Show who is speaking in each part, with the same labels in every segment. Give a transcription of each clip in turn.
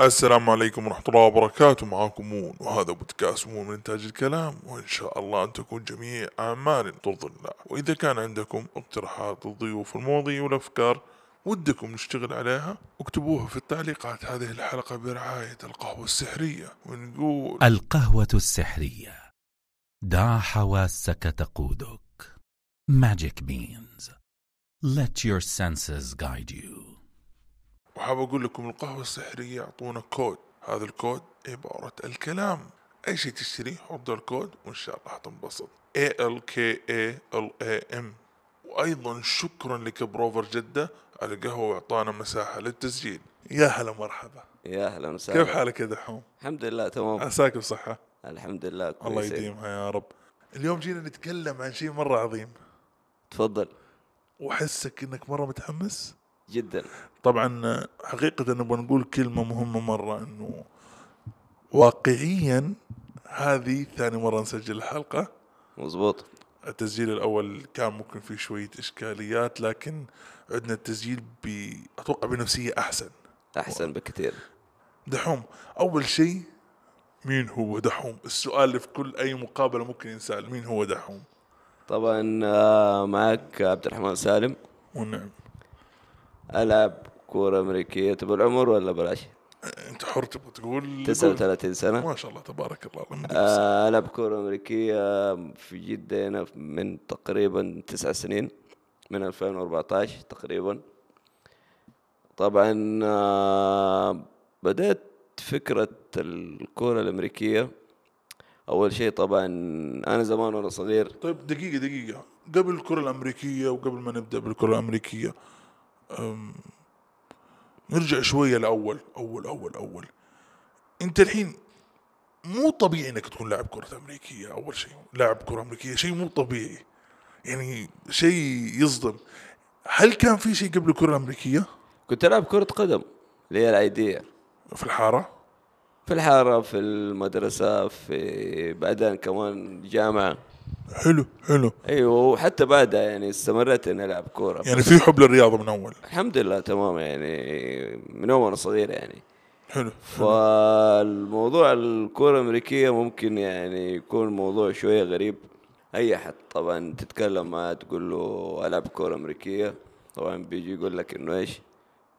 Speaker 1: السلام عليكم ورحمة الله وبركاته معكم مون وهذا بودكاست مون من إنتاج الكلام وإن شاء الله أن تكون جميع أعمالنا ترضي الله وإذا كان عندكم اقتراحات للضيوف المواضيع والأفكار ودكم نشتغل عليها اكتبوها في التعليقات هذه الحلقة برعاية القهوة السحرية ونقول
Speaker 2: القهوة السحرية دع حواسك تقودك Magic Beans Let your senses guide you
Speaker 1: وحاب أقول لكم القهوة السحرية يعطونا كود هذا الكود عبارة الكلام أي شيء تشتريه حط الكود وإن شاء الله حتنبسط A L K A L A M وأيضا شكرا لكبروفر جدة على القهوة وإعطانا مساحة للتسجيل يا هلا مرحبا
Speaker 3: يا اهلا وسهلا
Speaker 1: كيف حالك يا دحوم؟
Speaker 3: الحمد لله تمام
Speaker 1: عساك بصحة
Speaker 3: الحمد لله كويس
Speaker 1: الله يديمها يا رب اليوم جينا نتكلم عن شيء مرة عظيم
Speaker 3: تفضل
Speaker 1: وأحسك إنك مرة متحمس
Speaker 3: جدا
Speaker 1: طبعا حقيقة نبغى نقول كلمة مهمة مرة انه واقعيا هذه ثاني مرة نسجل الحلقة
Speaker 3: مزبوط
Speaker 1: التسجيل الأول كان ممكن فيه شوية إشكاليات لكن عندنا التسجيل ب أتوقع بنفسية أحسن
Speaker 3: احسن بكثير
Speaker 1: دحوم أول شيء مين هو دحوم السؤال اللي في كل أي مقابلة ممكن ينسأل مين هو دحوم
Speaker 3: طبعا آه، معك عبد الرحمن سالم
Speaker 1: والنعم
Speaker 3: العب كوره امريكيه تبى العمر ولا بلاش
Speaker 1: أنت حر تبغى تقول
Speaker 3: 39 سنه
Speaker 1: ما شاء الله تبارك الله اللهم لك السلام.
Speaker 3: آه، العب كوره امريكيه في جده هنا من تقريبا تسع سنين من 2014 تقريبا طبعا آه، بدأت فكرة الكورة الأمريكية أول شيء طبعا أنا زمان وأنا صغير
Speaker 1: طيب دقيقة دقيقة قبل الكرة الأمريكية وقبل ما نبدأ بالكرة الأمريكية أم، نرجع شوية لأول أول أول أول أنت الحين مو طبيعي إنك تكون لاعب كرة أمريكية أول شيء لاعب كرة أمريكية شيء مو طبيعي يعني شيء يصدم هل كان في شيء قبل الكرة الأمريكية
Speaker 3: كنت ألعب كرة قدم اللي هي العادية
Speaker 1: في الحارة؟
Speaker 3: في الحارة في المدرسة في بعدين كمان جامعة
Speaker 1: حلو حلو
Speaker 3: أيوة وحتى بعدها يعني استمريت إني ألعب كورة
Speaker 1: يعني في حب للرياضة من أول
Speaker 3: الحمد لله تمام يعني من أول وأنا صغير يعني
Speaker 1: حلو
Speaker 3: فالموضوع الكرة الأمريكية ممكن يعني يكون موضوع شوية غريب أي أحد طبعا تتكلم معاه تقول له ألعب كرة أمريكية طبعا بيجي يقول لك إنه إيش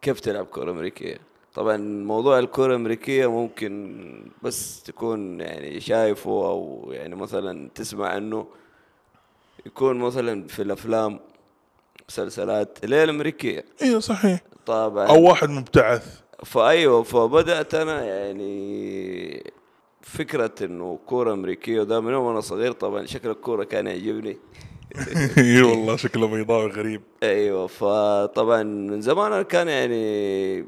Speaker 3: كيف تلعب كرة أمريكية طبعا موضوع الكرة الأمريكية ممكن بس تكون يعني شايفه أو يعني مثلا تسمع عنه يكون مثلا في الأفلام مسلسلات اللي هي الأمريكية
Speaker 1: إيه صحيح
Speaker 3: طبعا
Speaker 1: أو واحد مبتعث
Speaker 3: فايوه فبدات انا أيوة، يعني فكره انه كوره امريكيه وده من يوم وانا صغير طبعا شكل الكوره كان يعجبني
Speaker 1: اي إيه والله شكله بيضاوي غريب
Speaker 3: ايوه فطبعا من زمان انا كان يعني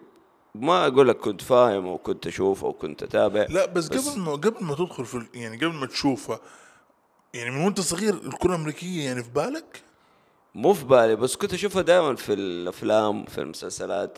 Speaker 3: ما اقول لك كنت فاهم وكنت اشوف وكنت اتابع
Speaker 1: لا بس, قبل ما قبل ما تدخل في ال- يعني قبل ما تشوفها يعني من وانت صغير الكره الامريكيه يعني في بالك؟
Speaker 3: مو في بالي بس كنت اشوفها دائما في الافلام في المسلسلات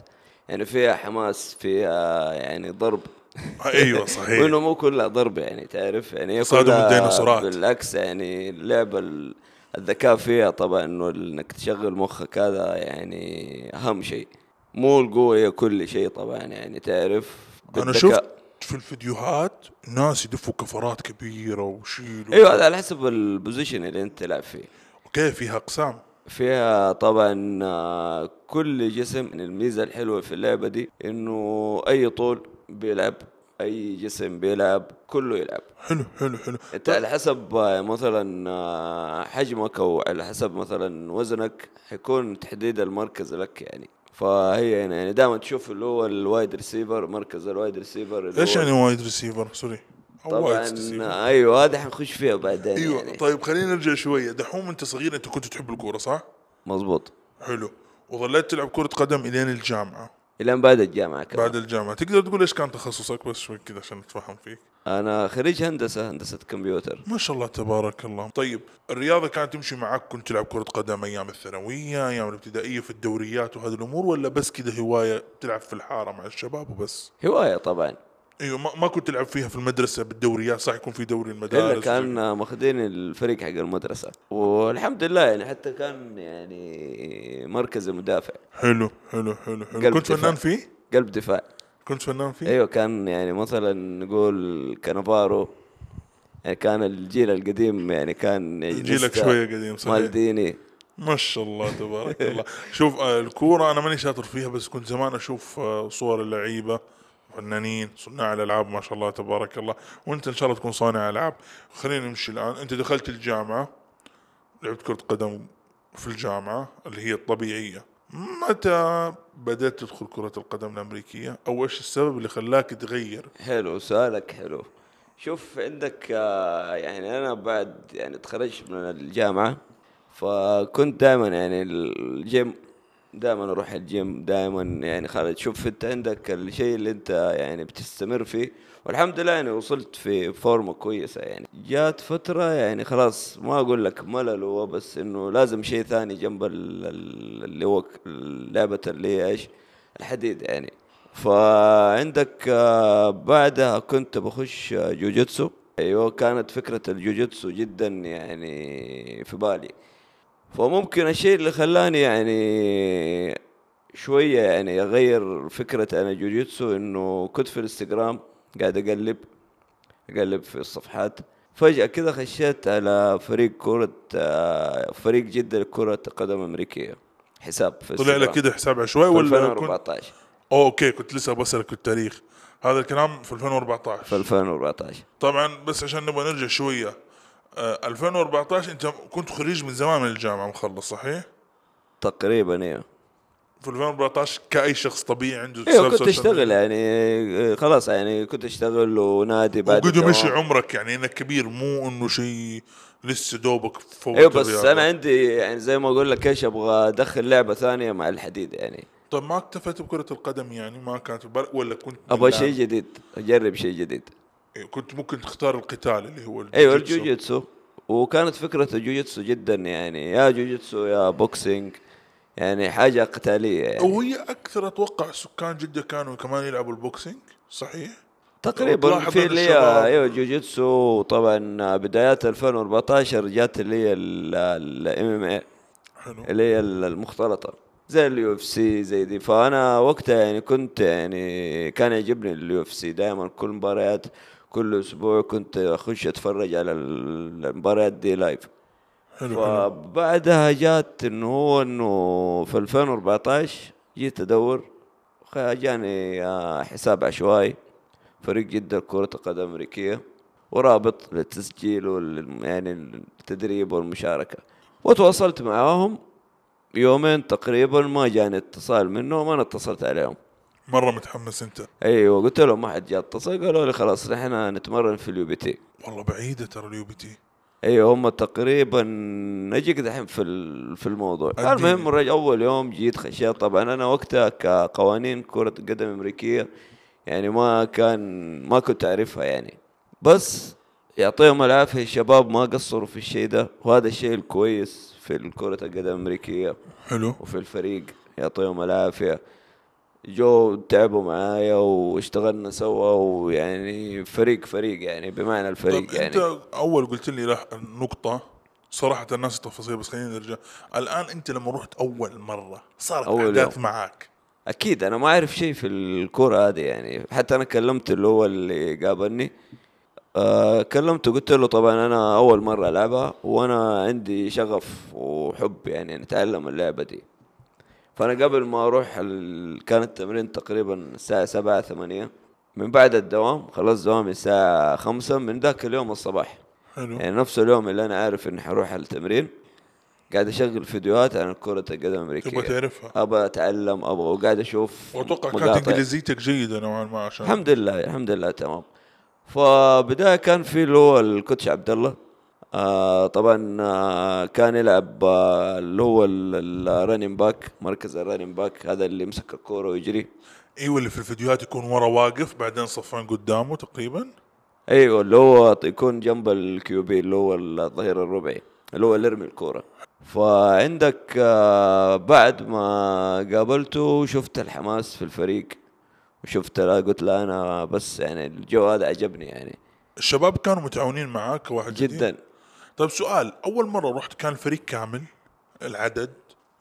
Speaker 3: يعني فيها حماس فيها يعني ضرب
Speaker 1: ايوه
Speaker 3: وانه
Speaker 1: صحيح
Speaker 3: مو كلها ضرب يعني تعرف يعني هي
Speaker 1: صادم
Speaker 3: كلها
Speaker 1: الديناصورات.
Speaker 3: بالعكس يعني اللعبه ال- الذكاء فيها طبعا انه انك تشغل مخك هذا يعني اهم شيء مو القوه هي كل شيء طبعا يعني تعرف
Speaker 1: انا
Speaker 3: بالذكاء.
Speaker 1: شفت في الفيديوهات ناس يدفوا كفرات كبيره ويشيلوا
Speaker 3: ايوه هذا على حسب البوزيشن اللي انت تلعب فيه
Speaker 1: اوكي فيها اقسام
Speaker 3: فيها طبعا آه، كل جسم يعني الميزة الحلوة في اللعبة دي انه اي طول بيلعب اي جسم بيلعب كله يلعب
Speaker 1: حلو حلو حلو
Speaker 3: انت على حسب آه، مثلا آه، حجمك او على حسب مثلا وزنك حيكون تحديد المركز لك يعني فهي يعني- يعني دائما تشوف اللي هو الوايد ريسيفر مركز الوايد ريسيفر اللي
Speaker 1: ايش
Speaker 3: هو
Speaker 1: يعني وايد ريسيفر سوري أو وايد ريسيفر.
Speaker 3: طبعا ايوه هذا حنخش فيها بعدين
Speaker 1: ايوه
Speaker 3: يعني.
Speaker 1: طيب خلينا نرجع شويه دحوم انت صغير انت كنت تحب الكوره صح؟
Speaker 3: مزبوط
Speaker 1: حلو وظليت تلعب كره قدم الين الجامعه
Speaker 3: الين بعد الجامعة كمان
Speaker 1: بعد الجامعه تقدر تقول ايش كان تخصصك بس شوي كذا عشان نتفهم فيك
Speaker 3: انا خريج هندسه هندسه كمبيوتر
Speaker 1: ما شاء الله تبارك الله طيب الرياضة كانت تمشي معك كنت تلعب كرة قدم أيام الثانوية أيام الابتدائية في الدوريات وهذه الأمور ولا بس كذا هواية تلعب في الحارة مع الشباب وبس
Speaker 3: هوايه طبعا
Speaker 1: أيوة ما, ما كنت تلعب فيها في المدرسة بالدوريات صح يكون في دوري
Speaker 3: الا
Speaker 1: المدارس
Speaker 3: كان ماخذين الفريق حق المدرسه والحمد لله يعني حتى كان يعني مركز المدافع
Speaker 1: حلو حلو حلو حلو
Speaker 3: قلب
Speaker 1: كنت
Speaker 3: دفاع.
Speaker 1: فنان فيه
Speaker 3: قلب دفاع
Speaker 1: كنت فنان فيه؟
Speaker 3: ايوه كان يعني مثلا نقول كانافارو يعني كان الجيل القديم يعني كان يعني
Speaker 1: جيلك
Speaker 3: لسه
Speaker 1: شوية قديم، صحيح.
Speaker 3: مالديني
Speaker 1: ما شاء الله تبارك الله شوف آه، الكورة أنا ماني شاطر فيها بس كنت زمان أشوف آه، صور اللعيبة فنانين صناع الألعاب ما شاء الله تبارك الله وأنت إن شاء الله تكون صانع ألعاب خلينا نمشي الآن أنت دخلت الجامعة لعبت كرة قدم في الجامعة اللي هي الطبيعية متى بدأت تدخل كرة القدم الأمريكية أو إيش السبب اللي خلاك تغير
Speaker 3: حلو سؤالك حلو شوف عندك آه، يعني انا بعد يعني تخرجت من الجامعه فكنت دائما يعني الجيم دائما اروح الجيم دائما يعني خالد شوف انت عندك الشيء اللي انت يعني بتستمر فيه والحمد لله يعني وصلت في فورمه كويسه يعني جات فتره يعني خلاص ما اقول لك ملل هو بس انه لازم شيء ثاني جنب ال- ال- اللي هو ك- لعبه اللي هي ايش الحديد يعني فعندك آه، بعدها كنت بخش آه، جوجيتسو ايوه كانت فكره الجوجيتسو جدا يعني في بالي فممكن الشيء اللي خلاني يعني شويه يعني اغير فكره انا جوجيتسو انه كنت في الانستغرام قاعد اقلب اقلب في الصفحات فجاه كذا خشيت على فريق كره آه، فريق جده لكره قدم امريكيه حساب في
Speaker 1: طلع لك
Speaker 3: الانستغرام.
Speaker 1: كده حساب عشوائي
Speaker 3: في
Speaker 1: ولا كنت
Speaker 3: 2014
Speaker 1: اوكي كنت لسه بسألك التاريخ هذا الكلام في 2014
Speaker 3: في 2014
Speaker 1: طبعا بس عشان نبغى نرجع شويه آه 2014 انت كنت خريج من زمان من الجامعه مخلص صحيح؟
Speaker 3: تقريبا ايوه
Speaker 1: في 2014 كاي شخص طبيعي عنده
Speaker 3: ايوه
Speaker 1: حساب
Speaker 3: كنت
Speaker 1: إيه، سوشيال
Speaker 3: اشتغل
Speaker 1: ميديا.
Speaker 3: يعني آه، خلاص يعني كنت اشتغل ونادي بعد
Speaker 1: وقد
Speaker 3: الدوام.
Speaker 1: مشي عمرك يعني انك كبير مو انه شيء لسه دوبك فوق
Speaker 3: ايوه بس انا
Speaker 1: الرياضة.
Speaker 3: عندي يعني زي ما اقول لك ايش ابغى ادخل لعبه ثانيه مع الحديد يعني
Speaker 1: طب ما اكتفيت بكره القدم يعني ما كانت في بالك ولا كنت
Speaker 3: ابغى
Speaker 1: بالله-
Speaker 3: شيء جديد اجرب شيء جديد
Speaker 1: إيه، كنت ممكن تختار القتال اللي هو
Speaker 3: ايوه
Speaker 1: الجوجيتسو.
Speaker 3: الجوجيتسو وكانت فكره الجوجيتسو جدا يعني يا جوجيتسو يا بوكسينج يعني حاجه قتاليه يعني
Speaker 1: وهي اكثر اتوقع سكان جده كانوا كمان يلعبوا البوكسينج صحيح؟
Speaker 3: تقريبا
Speaker 1: وتلاحظ
Speaker 3: في
Speaker 1: إن
Speaker 3: اللي هي
Speaker 1: الشباب-
Speaker 3: ايوه جوجيتسو وطبعا بدايات 2014 جات اللي هي الام ام اي
Speaker 1: حلو
Speaker 3: اللي هي ال- المختلطه زي اليو اف سي زي دي فانا وقتها يعني كنت يعني كان يعجبني اليو اف سي دائما كل مباريات كل اسبوع كنت اخش اتفرج على ال- المباريات دي لايف
Speaker 1: حلو حلو
Speaker 3: فبعدها جات انه هو انه في 2014 جيت ادور خ- جاني آه، حساب عشوائي فريق جدة كرة القدم الأمريكية ورابط للتسجيل وال يعني التدريب والمشاركة وتواصلت معاهم يومين تقريبا ما جاني اتصال منهم أنا اتصلت عليهم
Speaker 1: مره متحمس انت
Speaker 3: أيوة قلت لهم ما حد جاء اتصل قالوا لي خلاص نحن نتمرن في اليو بي تي
Speaker 1: والله بعيده ترى اليو بي تي
Speaker 3: ايوه هم تقريبا نجيك دحين في ال- في الموضوع
Speaker 1: اديني.
Speaker 3: المهم الرجل اول يوم جيت خشيت طبعا انا وقتها كقوانين كره قدم امريكيه يعني ما كان ما كنت اعرفها يعني بس يعطيهم العافيه الشباب ما قصروا في الشيء ده وهذا الشيء الكويس في كره القدم الامريكيه
Speaker 1: حلو
Speaker 3: وفي الفريق يعطيهم العافيه جو تعبوا معايا واشتغلنا سوا ويعني فريق فريق يعني بمعنى الفريق
Speaker 1: طيب
Speaker 3: يعني
Speaker 1: انت اول قلت لي راح نقطه صراحة الناس التفاصيل بس خلينا نرجع الآن أنت لما رحت أول مرة صارت
Speaker 3: أول
Speaker 1: أحداث
Speaker 3: يوم.
Speaker 1: معاك
Speaker 3: اكيد انا ما اعرف شيء في الكوره هذه يعني حتى انا كلمت اللي هو اللي قابلني أه كلمته قلت له طبعا انا اول مره العبها وانا عندي شغف وحب يعني نتعلم اللعبه دي فانا قبل ما اروح ال... كان التمرين تقريبا الساعه سبعة ثمانية من بعد الدوام خلاص دوامي الساعه خمسة من ذاك اليوم الصباح
Speaker 1: حلو
Speaker 3: يعني نفس اليوم اللي انا عارف اني حروح على التمرين قاعد اشغل فيديوهات عن كره القدم الامريكيه
Speaker 1: تبغى تعرفها
Speaker 3: ابغى اتعلم ابغى وقاعد اشوف
Speaker 1: وأتوقع كانت
Speaker 3: مقاطع.
Speaker 1: إنجليزيتك جيدة نوعا ما عشان
Speaker 3: الحمد لله الحمد لله تمام فبداية كان في اللي هو الكوتش عبد الله آه طبعا آه كان يلعب آه اللي هو الرنين باك مركز الرنين باك هذا اللي يمسك الكوره ويجري
Speaker 1: أيوة اللي في الفيديوهات يكون ورا واقف بعدين صفان قدامه تقريبا
Speaker 3: ايوه اللي هو يكون جنب الكيو بي اللي هو الظهير الربعي اللي هو اللي يرمي الكوره فعندك آه، بعد ما قابلته شفت الحماس في الفريق وشفت لا قلت لا انا بس يعني الجو هذا عجبني يعني
Speaker 1: الشباب كانوا متعاونين معاك كواحد جديد؟
Speaker 3: جدا
Speaker 1: طيب سؤال أول مرة رحت كان الفريق كامل العدد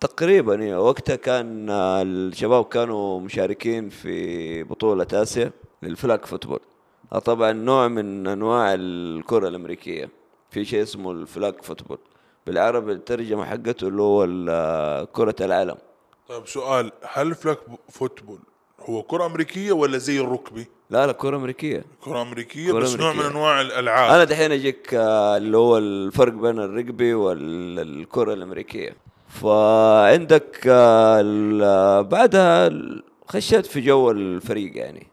Speaker 3: تقريبا يعني وقتها كان آه، الشباب كانوا مشاركين في بطولة آسيا للفلاك فوتبول آه، طبعا نوع من أنواع الكرة الأمريكية في شيء اسمه الفلاك فوتبول بالعربي الترجمة حقته اللي هو ال- آه، كرة العلم
Speaker 1: طيب سؤال هل فلاك فوتبول هو كرة أمريكية ولا زي الركبي؟
Speaker 3: لا لا كرة أمريكية
Speaker 1: كرة أمريكية
Speaker 3: كرة
Speaker 1: بس نوع من
Speaker 3: أمريكية.
Speaker 1: أنواع الألعاب
Speaker 3: انا دحين اجيك آه، اللي هو الفرق بين الرقبي والكره الامريكيه فعندك آه، ال- آه، بعدها ال- خشيت في جو الفريق يعني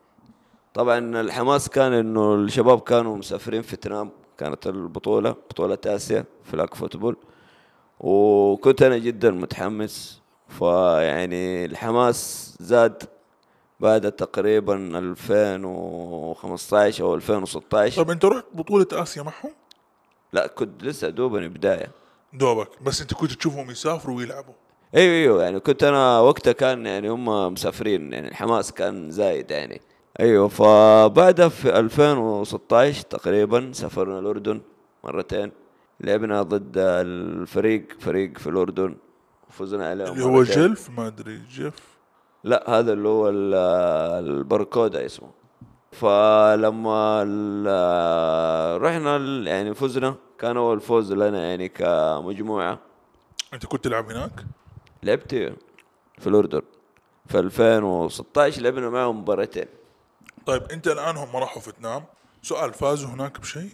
Speaker 3: طبعا الحماس كان انه الشباب كانوا مسافرين فيتنام كانت البطوله بطوله اسيا فلاك فوتبول وكنت انا جدا متحمس فيعني الحماس زاد بعد تقريبا 2015 او 2016
Speaker 1: طيب أنت رحت بطولة آسيا معهم؟
Speaker 3: لا كنت لسه دوبني بدايه
Speaker 1: دوبك بس أنت كنت تشوفهم يسافروا ويلعبوا
Speaker 3: ايوه ايوه يعني كنت انا وقتها كان يعني هم مسافرين يعني الحماس كان زايد يعني ايوه فبعدها في 2016 تقريبا سافرنا الاردن مرتين لعبنا ضد الفريق فريق في الاردن وفزنا عليهم
Speaker 1: اللي هو
Speaker 3: مرتين.
Speaker 1: جلف ما أدري جيف
Speaker 3: لا هذا اللي هو ال- البركودا اسمه فلما ال- رحنا ال- يعني فزنا كان اول فوز لنا يعني كمجموعه
Speaker 1: أنت كنت تلعب هناك؟
Speaker 3: لعبت في الاردن في 2016 لعبنا معهم مباراتين
Speaker 1: طيب أنت الآن هم راحوا فيتنام سؤال فازوا هناك بشيء؟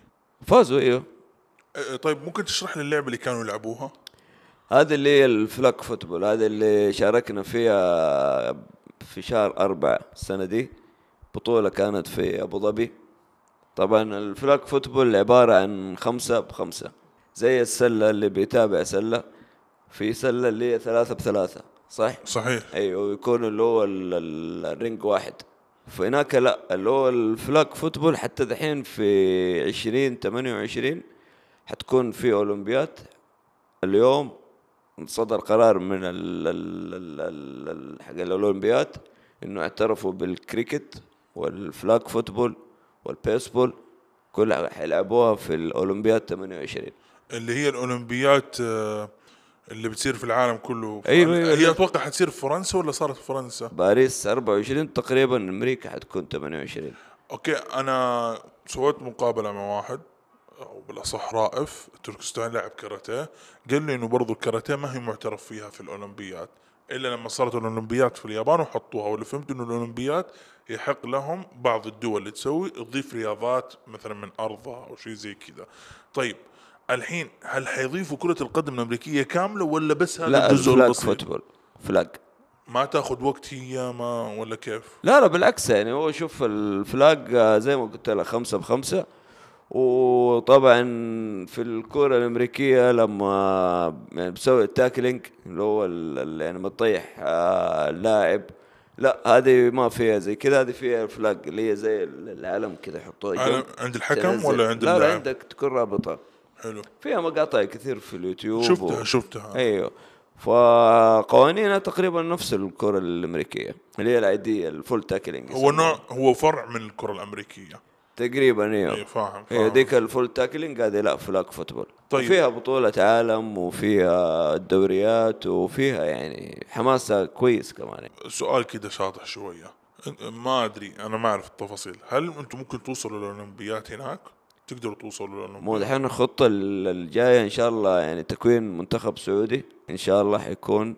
Speaker 3: فازوا ايوه
Speaker 1: أه، طيب ممكن تشرح لي اللعبة اللي كانوا يلعبوها؟
Speaker 3: هذا اللي هي الفلاك فوتبول هذا اللي شاركنا فيها في شهر أربعة السنة دي بطولة كانت في أبو ظبي طبعا الفلاك فوتبول عبارة عن خمسة بخمسة زي السلة اللي بيتابع سلة في سلة اللي هي ثلاثة بثلاثة صح؟
Speaker 1: صحيح
Speaker 3: ايوه يكون اللي هو ال- ال- الرينج واحد فهناك لا اللي هو الفلاك فوتبول حتى دحين في 20 28 حتكون في اولمبياد اليوم صدر قرار من ال- ال- ال- ال- ال- حق الاولمبياد انه اعترفوا بالكريكت والفلاك فوتبول والبيسبول كلها حيلعبوها في الاولمبياد 28
Speaker 1: اللي هي الأولمبيات آه، اللي بتصير في العالم كله
Speaker 3: أيوة، أيوة،
Speaker 1: هي
Speaker 3: أيوة.
Speaker 1: أتوقع حتصير في فرنسا ولا صارت في فرنسا؟
Speaker 3: باريس 24 تقريبا امريكا حتكون 28
Speaker 1: اوكي انا سويت مقابله مع واحد او بالاصح رائف تركستاني لاعب كاراتيه قال لي انه برضو الكاراتيه ما هي معترف فيها في الاولمبياد الا لما صارت الاولمبياد في اليابان وحطوها واللي فهمت انه الاولمبياد يحق لهم بعض الدول اللي تسوي تضيف رياضات مثلا من ارضها او شيء زي كذا طيب الحين هل حيضيفوا كرة القدم الأمريكية كاملة ولا بس هذا
Speaker 3: لا
Speaker 1: الجزء
Speaker 3: الفلاج
Speaker 1: البسيط؟
Speaker 3: فوتبول فلاج
Speaker 1: ما تاخذ وقت هي ما ولا كيف؟
Speaker 3: لا لا بالعكس يعني هو شوف الفلاج آه، زي ما قلت لك خمسة بخمسة وطبعا في الكرة الأمريكية لما يعني بسوي التاكلينج اللي هو ال- ال- يعني بتطيح آه، اللاعب لا هذه ما فيها زي كذا هذه فيها الفلاج اللي هي زي ال- العلم كذا يحطوه
Speaker 1: على-
Speaker 3: جنب،
Speaker 1: عند الحكم
Speaker 3: تنزل.
Speaker 1: ولا عند
Speaker 3: لا لا
Speaker 1: اللاعب؟
Speaker 3: عندك تكون رابطة
Speaker 1: حلو
Speaker 3: فيها مقاطع كثير في اليوتيوب
Speaker 1: شفتها شفتها
Speaker 3: ايوه فقوانينها تقريبا نفس الكره الامريكيه اللي هي العاديه الفول تاكلينج
Speaker 1: هو نوع هو فرع من الكرة الأمريكية
Speaker 3: تقريبا
Speaker 1: اي
Speaker 3: ايوه
Speaker 1: فاهم
Speaker 3: هي
Speaker 1: فاهم
Speaker 3: ذيك الفول تاكلينج هذه لا فلاك فوتبول
Speaker 1: آه. طيب.
Speaker 3: طيب فيها بطولة عالم وفيها الدوريات وفيها يعني حماسة كويس كمان يعني.
Speaker 1: سؤال كده شاطح شوية ما أدري أنا ما أعرف التفاصيل هل أنتم ممكن توصلوا للأولمبيات هناك؟ تقدروا توصلوا
Speaker 3: مو
Speaker 1: للأولمبيات
Speaker 3: دحين الخطة ال- الجاية إن شاء الله يعني تكوين منتخب سعودي إن شاء الله حيكون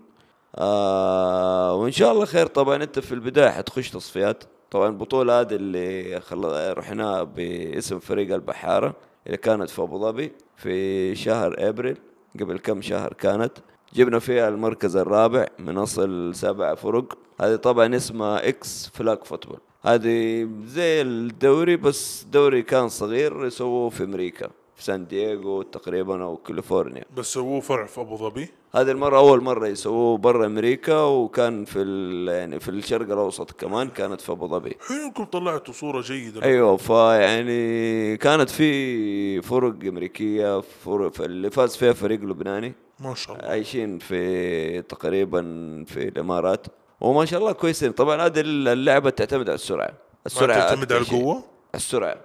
Speaker 3: آه وإن شاء الله خير طبعا أنت في البداية حتخش تصفيات طبعا البطولة هذه اللي خل... رحناها باسم فريق البحارة اللي كانت في أبو ظبي في شهر أبريل قبل كم شهر كانت جبنا فيها المركز الرابع من أصل سبع فرق هذه طبعا اسمها إكس فلاك فوتبول هذه زي الدوري بس دوري كان صغير يسووه في أمريكا في سان دييغو تقريبا أو كاليفورنيا
Speaker 1: بس سووه فرع في أبو ظبي
Speaker 3: هذه المرة أول مرة يسووه برا أمريكا وكان في ال- يعني في الشرق الأوسط كمان كانت في أبو ظبي
Speaker 1: حلو إنكم طلعتوا صورة جيدة
Speaker 3: ايوه فيعني يعني كانت في فرق امريكيه فرق اللي فاز فيها فريق لبناني
Speaker 1: ما شاء الله
Speaker 3: عايشين في تقريبا في الامارات وما شاء الله كويسين طبعا هذه اللعبه تعتمد على السرعه
Speaker 1: ما
Speaker 3: السرعه
Speaker 1: تعتمد
Speaker 3: أكثر
Speaker 1: على
Speaker 3: شيء.
Speaker 1: القوة؟
Speaker 3: السرعه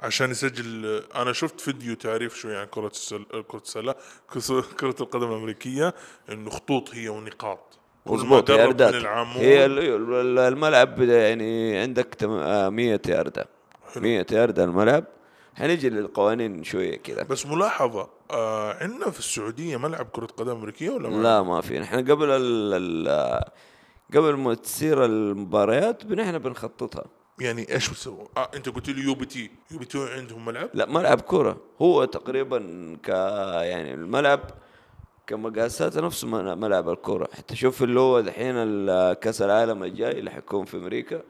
Speaker 1: عشان يسجل انا شفت فيديو تعريف شوي عن كرة السلة كرة السلة كس- كرة القدم الامريكية انه خطوط هي ونقاط كل ما
Speaker 3: مظبوط
Speaker 1: قرب
Speaker 3: ياردات
Speaker 1: من العمود
Speaker 3: هي ال- ال- الملعب بدا- يعني عندك تم- آه، 100 ياردة 100 ياردة الملعب حنجي للقوانين شوية كذا
Speaker 1: بس ملاحظة آه عندنا في السعودية ملعب كرة قدم امريكية ولا ما
Speaker 3: لا ما في نحن قبل ال ال قبل ما تصير المباريات نحن بنخططها
Speaker 1: يعني ايش بتسوي؟ آه انت قلت لي يو بي تي، يو بي تي عندهم ملعب؟
Speaker 3: لا ملعب كرة هو تقريبا ك يعني الملعب كمقاسات نفس مل- ملعب الكرة حتى شوف اللي هو دحين ال- كأس العالم الجاي اللي حيكون في أمريكا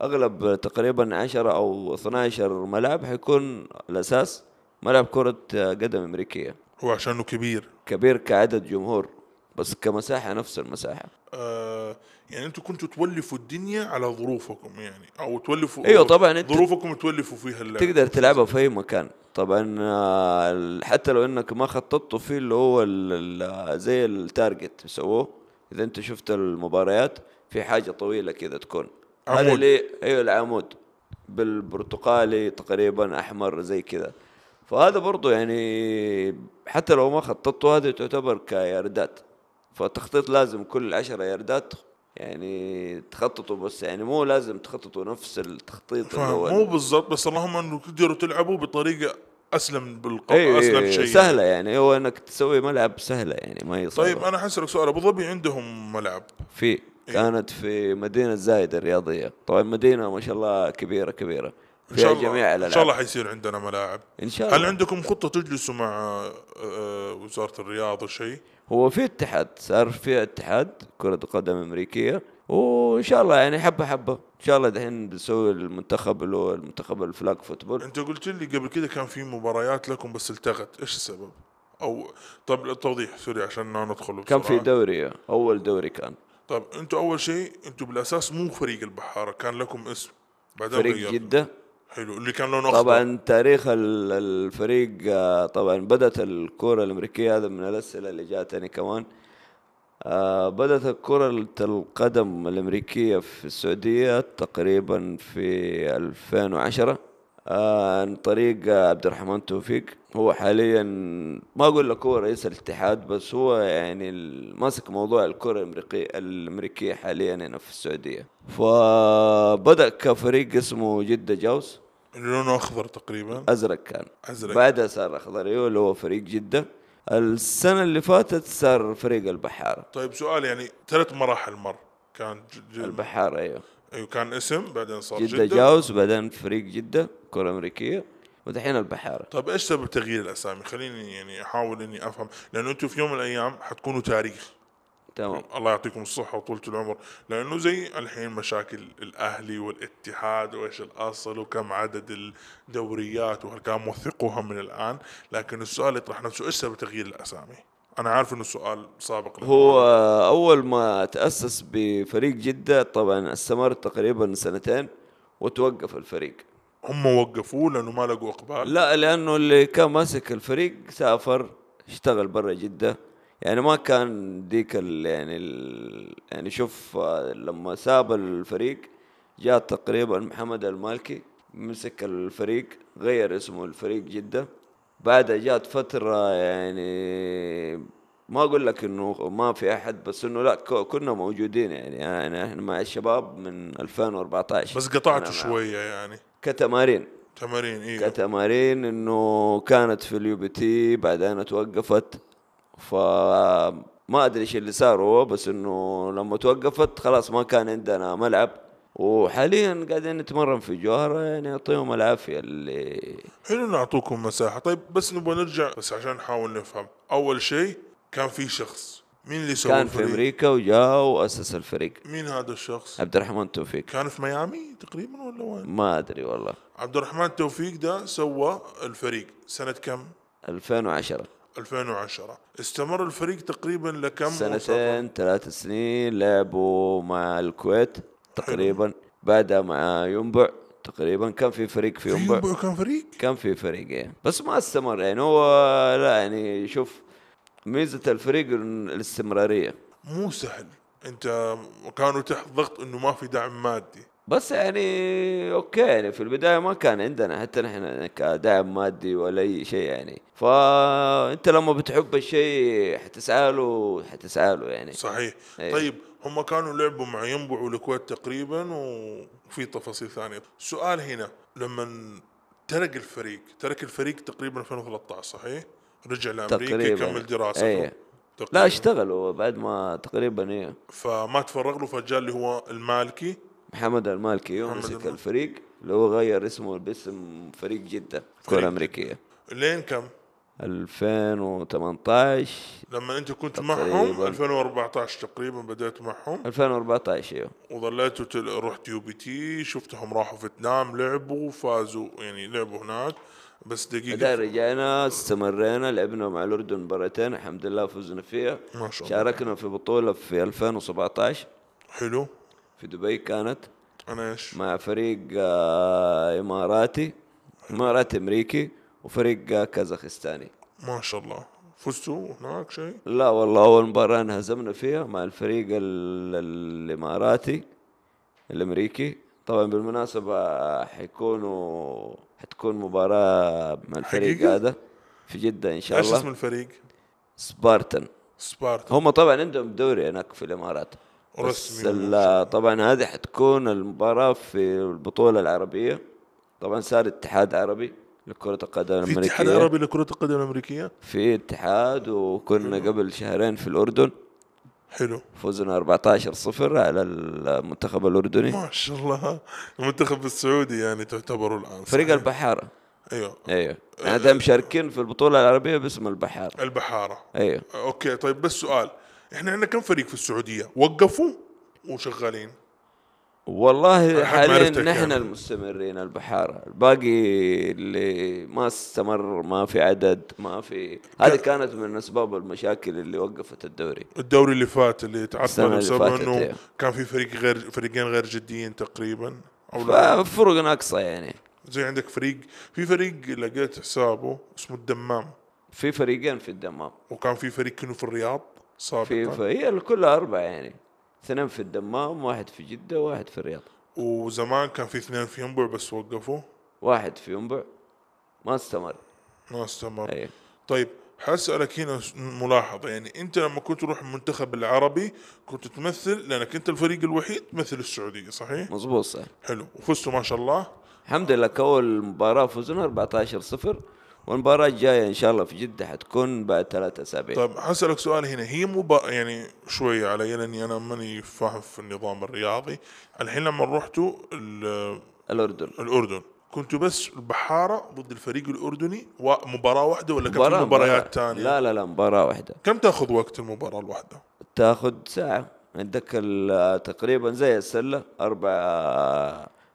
Speaker 3: أغلب تقريبا 10 أو 12 ملعب حيكون الأساس ملعب كرة قدم أمريكية
Speaker 1: هو عشانه كبير
Speaker 3: كبير كعدد جمهور بس كمساحة نفس المساحة
Speaker 1: آه يعني انتم كنتوا تولفوا الدنيا على ظروفكم يعني او تولفوا
Speaker 3: أيوة طبعاً أنت-
Speaker 1: ظروفكم تولفوا فيها اللعب
Speaker 3: تقدر تلعبها في اي مكان طبعا آه، ال- حتى لو انك ما خططته فيه اللي هو ال- ال- زي التارجت يسووه اذا انت شفت المباريات في حاجه طويله كذا تكون
Speaker 1: عمود.
Speaker 3: هذا اللي ايوه العمود بالبرتقالي تقريبا احمر زي كذا فهذا برضو يعني حتى لو ما خططته هذه تعتبر كياردات فالتخطيط لازم كل عشرة ياردات يعني تخططوا بس يعني مو لازم تخططوا نفس التخطيط
Speaker 1: فاهم. مو بالضبط بس اللهم انه تقدروا تلعبوا بطريقه اسلم بالقطع
Speaker 3: ايوه
Speaker 1: اسلم
Speaker 3: أيوة
Speaker 1: شيء
Speaker 3: سهله يعني هو انك تسوي ملعب سهله يعني ما هي
Speaker 1: طيب إيه؟
Speaker 3: صعبه طيب
Speaker 1: انا حسألك سؤال ابو ظبي عندهم ملعب
Speaker 3: في كانت في مدينه زايد الرياضيه طبعا مدينه ما شاء الله كبيره كبيره
Speaker 1: ان
Speaker 3: فيها
Speaker 1: شاء الله
Speaker 3: جميع
Speaker 1: ان شاء الله
Speaker 3: الالعاب
Speaker 1: حيصير عندنا ملاعب
Speaker 3: ان شاء
Speaker 1: هل
Speaker 3: الله
Speaker 1: عندكم خطه تجلسوا مع آه، وزاره الرياضه شيء
Speaker 3: هو في اتحاد صار في اتحاد كره قدم امريكيه وان شاء الله يعني حبه حبه ان شاء الله دحين بنسوي المنتخب اللي هو المنتخب الفلاج فوتبول
Speaker 1: انت قلت لي قبل كده كان في مباريات لكم بس التغت ايش السبب او طب توضيح سوري عشان ما ندخل
Speaker 3: كان في
Speaker 1: بسرعة.
Speaker 3: دوري اول دوري كان
Speaker 1: طب انتوا اول شيء انتوا بالاساس مو فريق البحاره كان لكم اسم بعدين
Speaker 3: فريق
Speaker 1: غيرتوا.
Speaker 3: جده
Speaker 1: حلو اللي كان لونه اخضر
Speaker 3: طبعا تاريخ ال- الفريق آه، طبعا بدات الكره الامريكيه هذا من الاسئله اللي جاتني كمان آه، بدات كره القدم الامريكيه في السعوديه تقريبا في 2010 آه، عن طريق آه، عبد الرحمن توفيق هو حاليا ما اقول لك هو رئيس الاتحاد بس هو يعني ال- ماسك موضوع الكره الامريكيه الامريكيه حاليا هنا في السعوديه فبدا كفريق اسمه جده جوز
Speaker 1: اللي لونه اخضر تقريبا
Speaker 3: ازرق كان
Speaker 1: أزرق.
Speaker 3: بعدها صار اخضر ايوه اللي هو فريق جده السنه اللي فاتت صار فريق البحاره
Speaker 1: طيب سؤال يعني ثلاث مراحل مر كان ج- ج-
Speaker 3: البحاره ايوه
Speaker 1: ايوه كان اسم بعدين صار
Speaker 3: جده
Speaker 1: طيب، جدة,
Speaker 3: جاوز بعدين فريق جده كره امريكيه ودحين البحاره
Speaker 1: طيب ايش سبب تغيير الاسامي؟ خليني يعني احاول اني افهم لانه انتم في يوم من الايام حتكونوا تاريخ
Speaker 3: تمام
Speaker 1: الله يعطيكم الصحه وطولة العمر لانه زي الحين مشاكل الاهلي والاتحاد وايش الاصل وكم عدد الدوريات وهالكلام وثقوها من الان لكن السؤال يطرح نفسه ايش سبب تغيير الاسامي؟ انا عارف انه السؤال سابق للموضوع.
Speaker 3: هو اول ما تاسس بفريق جده طبعا استمر تقريبا سنتين وتوقف الفريق
Speaker 1: هم وقفوه لانه ما لقوا اقبال
Speaker 3: لا لانه اللي كان ماسك الفريق سافر اشتغل برا جده يعني ما كان ديك ال يعني ال يعني شوف آه، لما ساب الفريق جاء تقريبا محمد المالكي مسك الفريق غير اسمه الفريق جده بعدها جات فترة يعني ما اقول لك انه ما في احد بس انه لا ك- كنا موجودين يعني يعني احنا مع الشباب من 2014
Speaker 1: بس
Speaker 3: أنا
Speaker 1: قطعته
Speaker 3: مع-
Speaker 1: شويه يعني
Speaker 3: كتمارين
Speaker 1: تمارين ايوه
Speaker 3: كتمارين انه كانت في اليو بي تي بعدين توقفت فما ادري ايش اللي صار هو بس انه لما توقفت خلاص ما كان عندنا ملعب وحاليا قاعدين نتمرن في جوهرة يعني يعطيهم العافية اللي
Speaker 1: حلو نعطوكم مساحة طيب بس نبغى نرجع بس عشان نحاول نفهم أول شيء كان في شخص مين اللي سوى
Speaker 3: كان في
Speaker 1: الفريق
Speaker 3: امريكا وجاء واسس الفريق
Speaker 1: مين هذا الشخص
Speaker 3: عبد الرحمن توفيق
Speaker 1: كان في ميامي تقريبا ولا وين
Speaker 3: ما ادري والله
Speaker 1: عبد الرحمن توفيق ده سوى الفريق سنة كم
Speaker 3: 2010
Speaker 1: 2010 استمر الفريق تقريبا لكم موسم؟
Speaker 3: سنتين ثلاث سنين لعبوا مع الكويت تقريبا بعدها مع ينبع تقريبا كان في فريق
Speaker 1: في
Speaker 3: في ينبع
Speaker 1: ينبع كان فريق
Speaker 3: كان في فريق يعني بس ما استمر يعني هو لا يعني شوف ميزة الفريق إن الاستمرارية
Speaker 1: مو سهل انت كانوا تحت ضغط انه ما في دعم مادي
Speaker 3: بس يعني اوكي يعني في البدايه ما كان عندنا حتى نحن كدعم مادي ولا اي شيء يعني فانت لما بتحب الشيء حتسعى له حتسعى له يعني
Speaker 1: صحيح
Speaker 3: إيه.
Speaker 1: طيب هم كانوا لعبوا مع ينبع والكويت تقريبا وفي تفاصيل ثانيه سؤال هنا لما ترك الفريق ترك الفريق تقريبا 2013 صحيح رجع لامريكا
Speaker 3: تقريباً.
Speaker 1: يكمل دراسته
Speaker 3: إيه.
Speaker 1: تقريباً.
Speaker 3: لا اشتغلوا بعد ما تقريبا ايه
Speaker 1: فما تفرغ له فجاء اللي هو المالكي
Speaker 3: محمد المالكي هو
Speaker 1: محمد
Speaker 3: مسك
Speaker 1: المالكي.
Speaker 3: الفريق اللي هو غير اسمه باسم فريق جده الكره
Speaker 1: فريق
Speaker 3: الامريكيه
Speaker 1: لين كم
Speaker 3: 2018
Speaker 1: لما انت كنت
Speaker 3: تقريباً.
Speaker 1: معهم 2014 تقريبا بدأت معهم
Speaker 3: 2014 ايوه
Speaker 1: وظليتوا تل... رحت يو بي تي شفتهم راحوا فيتنام لعبوا فازوا يعني لعبوا هناك بس
Speaker 3: بعدين
Speaker 1: دقيقة
Speaker 3: رجعنا استمرينا لعبنا مع الاردن مرتين الحمد لله فزنا فيها
Speaker 1: ما شاء الله
Speaker 3: شاركنا في بطوله في 2017
Speaker 1: حلو
Speaker 3: في دبي كانت
Speaker 1: انا ايش؟
Speaker 3: مع فريق آه، اماراتي اماراتي امريكي وفريق آه، كازاخستاني
Speaker 1: ما شاء الله فزتوا هناك شيء
Speaker 3: لا والله اول مباراه انهزمنا فيها مع الفريق ال- الاماراتي الامريكي طبعا بالمناسبه حيكونوا حتكون مباراه مع الفريق
Speaker 1: حقيقة؟
Speaker 3: هذا في جده ان شاء
Speaker 1: ايش اسم
Speaker 3: الله
Speaker 1: الفريق؟
Speaker 3: سبارتن
Speaker 1: سبارتا
Speaker 3: هم طبعا عندهم دوري هناك في الامارات بس
Speaker 1: رسمي
Speaker 3: ال- طبعا هذه حتكون المباراه في البطوله العربيه طبعا صار اتحاد عربي لكره
Speaker 1: في
Speaker 3: القدم الامريكيه
Speaker 1: اتحاد عربي لكرة القدم الامريكية
Speaker 3: في اتحاد وكنا قبل شهرين في الاردن
Speaker 1: حلو
Speaker 3: فوزنا 14 0 على المنتخب الاردني
Speaker 1: ما شاء الله المنتخب السعودي يعني تعتبروا الان
Speaker 3: فريق
Speaker 1: صحيح؟
Speaker 3: البحاره
Speaker 1: ايوه
Speaker 3: ايوه هذا مشاركين في البطوله العربيه باسم البحاره
Speaker 1: البحارة
Speaker 3: ايوه
Speaker 1: اوكي طيب بس سؤال احنا عندنا كم فريق في السعوديه وقفوا وشغالين
Speaker 3: والله
Speaker 1: حق
Speaker 3: حاليا
Speaker 1: معرفتك
Speaker 3: نحن
Speaker 1: يعني.
Speaker 3: المستمرين البحاره الباقي اللي ما استمر ما في عدد ما في هذه كانت من اسباب المشاكل اللي وقفت الدوري
Speaker 1: الدوري اللي فات اللي
Speaker 3: السنة
Speaker 1: تعطل
Speaker 3: اللي
Speaker 1: بسبب
Speaker 3: فاتت،
Speaker 1: انه
Speaker 3: إيه.
Speaker 1: كان في فريق غير فريقين غير جديين تقريبا او لا
Speaker 3: ففرق ناقصه يعني
Speaker 1: زي عندك فريق في فريق لقيت حسابه اسمه الدمام
Speaker 3: في فريقين في الدمام
Speaker 1: وكان في فريق كانوا في الرياض
Speaker 3: في
Speaker 1: سابقا
Speaker 3: فهي كلها اربعه يعني اثنين في الدمام واحد في جده واحد في الرياض
Speaker 1: وزمان كان في اثنين في ينبع بس وقفوا
Speaker 3: واحد في ينبع ما استمر
Speaker 1: ما استمر
Speaker 3: ايوه
Speaker 1: طيب حاسألك هنا س- ملاحظة يعني أنت لما كنت تروح المنتخب العربي كنت تمثل لأنك أنت الفريق الوحيد تمثل السعودية صحيح؟
Speaker 3: مضبوط صح
Speaker 1: حلو وفزتوا ما شاء الله
Speaker 3: الحمد لله كول مباراه فزنا 14 0 والمباراه الجايه ان شاء الله في جده حتكون بعد ثلاثة اسابيع
Speaker 1: طيب حسألك سؤال هنا هي مبا يعني شوية علي لأني أنا ماني فاهم في النظام الرياضي الحين لما رحتوا ال-
Speaker 3: الاردن
Speaker 1: الأردن كنتوا بس البحارة ضد الفريق الأردني و- مباراة واحدة ولا كان في
Speaker 3: مباراة-
Speaker 1: مباريات
Speaker 3: مباراة.
Speaker 1: تانية؟
Speaker 3: لا لا لا مباراه واحده
Speaker 1: كم تاخذ وقت المباراة الواحدة؟
Speaker 3: تاخذ ساعه عندك ال- تقريبا زي السله اربع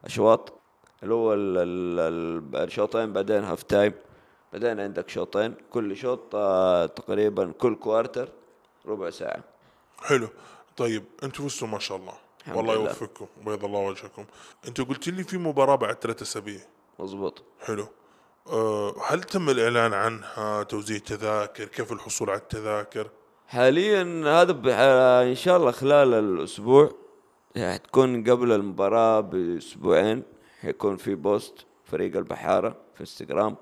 Speaker 3: اشواط اللي هو ال- ال- ال- الشوطين بعدين هاف تايم بعدين عندك شوطين كل شوط آه، تقريبا كل كوارتر ربع ساعه
Speaker 1: حلو طيب انتوا فزتوا ما شاء الله
Speaker 3: الحمد
Speaker 1: والله
Speaker 3: لله.
Speaker 1: يوفقكم ويض الله وجهكم انتوا قلت لي في مباراه بعد ثلاثة اسابيع
Speaker 3: مظبوط
Speaker 1: حلو أه هل تم الاعلان عنها توزيع تذاكر كيف الحصول على التذاكر
Speaker 3: حاليا هذا ب- آه، ان شاء الله خلال الاسبوع يعني حتكون قبل المباراه باسبوعين حيكون في بوست فريق البحاره في انستغرام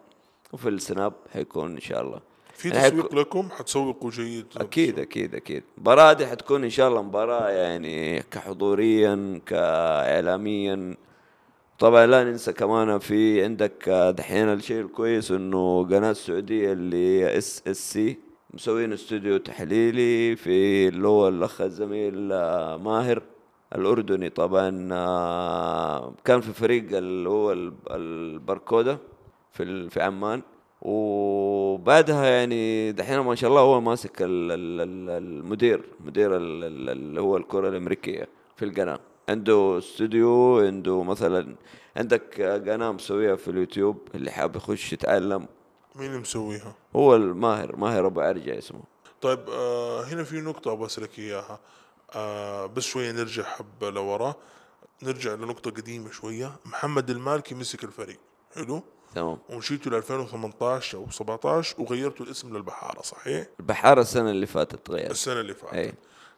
Speaker 3: وفي السناب حيكون ان شاء الله
Speaker 1: في
Speaker 3: يعني حيكو-
Speaker 1: تسويق لكم حتسوقوا جيد
Speaker 3: اكيد اكيد اكيد المباراه دي حتكون ان شاء الله مباراه يعني كحضوريا كاعلاميا طبعا لا ننسى كمان في عندك دحين الشيء الكويس انه قناه السعوديه اللي اس اس سي مسوين استوديو تحليلي في اللي هو الاخ الزميل آه، ماهر الاردني طبعا آه، كان في فريق اللي هو ال- البركوده في ال- في عمان وبعدها يعني دحين ما شاء الله هو ماسك ال- ال- ال- المدير مدير ال- ال- اللي هو الكره الامريكيه في القناه عنده استوديو عنده مثلا عندك قناه مسويها في اليوتيوب اللي حاب يخش يتعلم
Speaker 1: مين اللي مسويها
Speaker 3: هو الماهر ماهر ابو عرجه اسمه
Speaker 1: طيب آه هنا في نقطه ابغى اسالك اياها آه بس شويه نرجع حبه لورا نرجع لنقطه قديمه شويه محمد المالكي مسك الفريق حلو
Speaker 3: تمام
Speaker 1: ومشيتوا ل 2018 او 17 وغيرتوا الاسم للبحاره صحيح؟
Speaker 3: البحاره السنه اللي فاتت تغير
Speaker 1: السنه اللي فاتت
Speaker 3: اي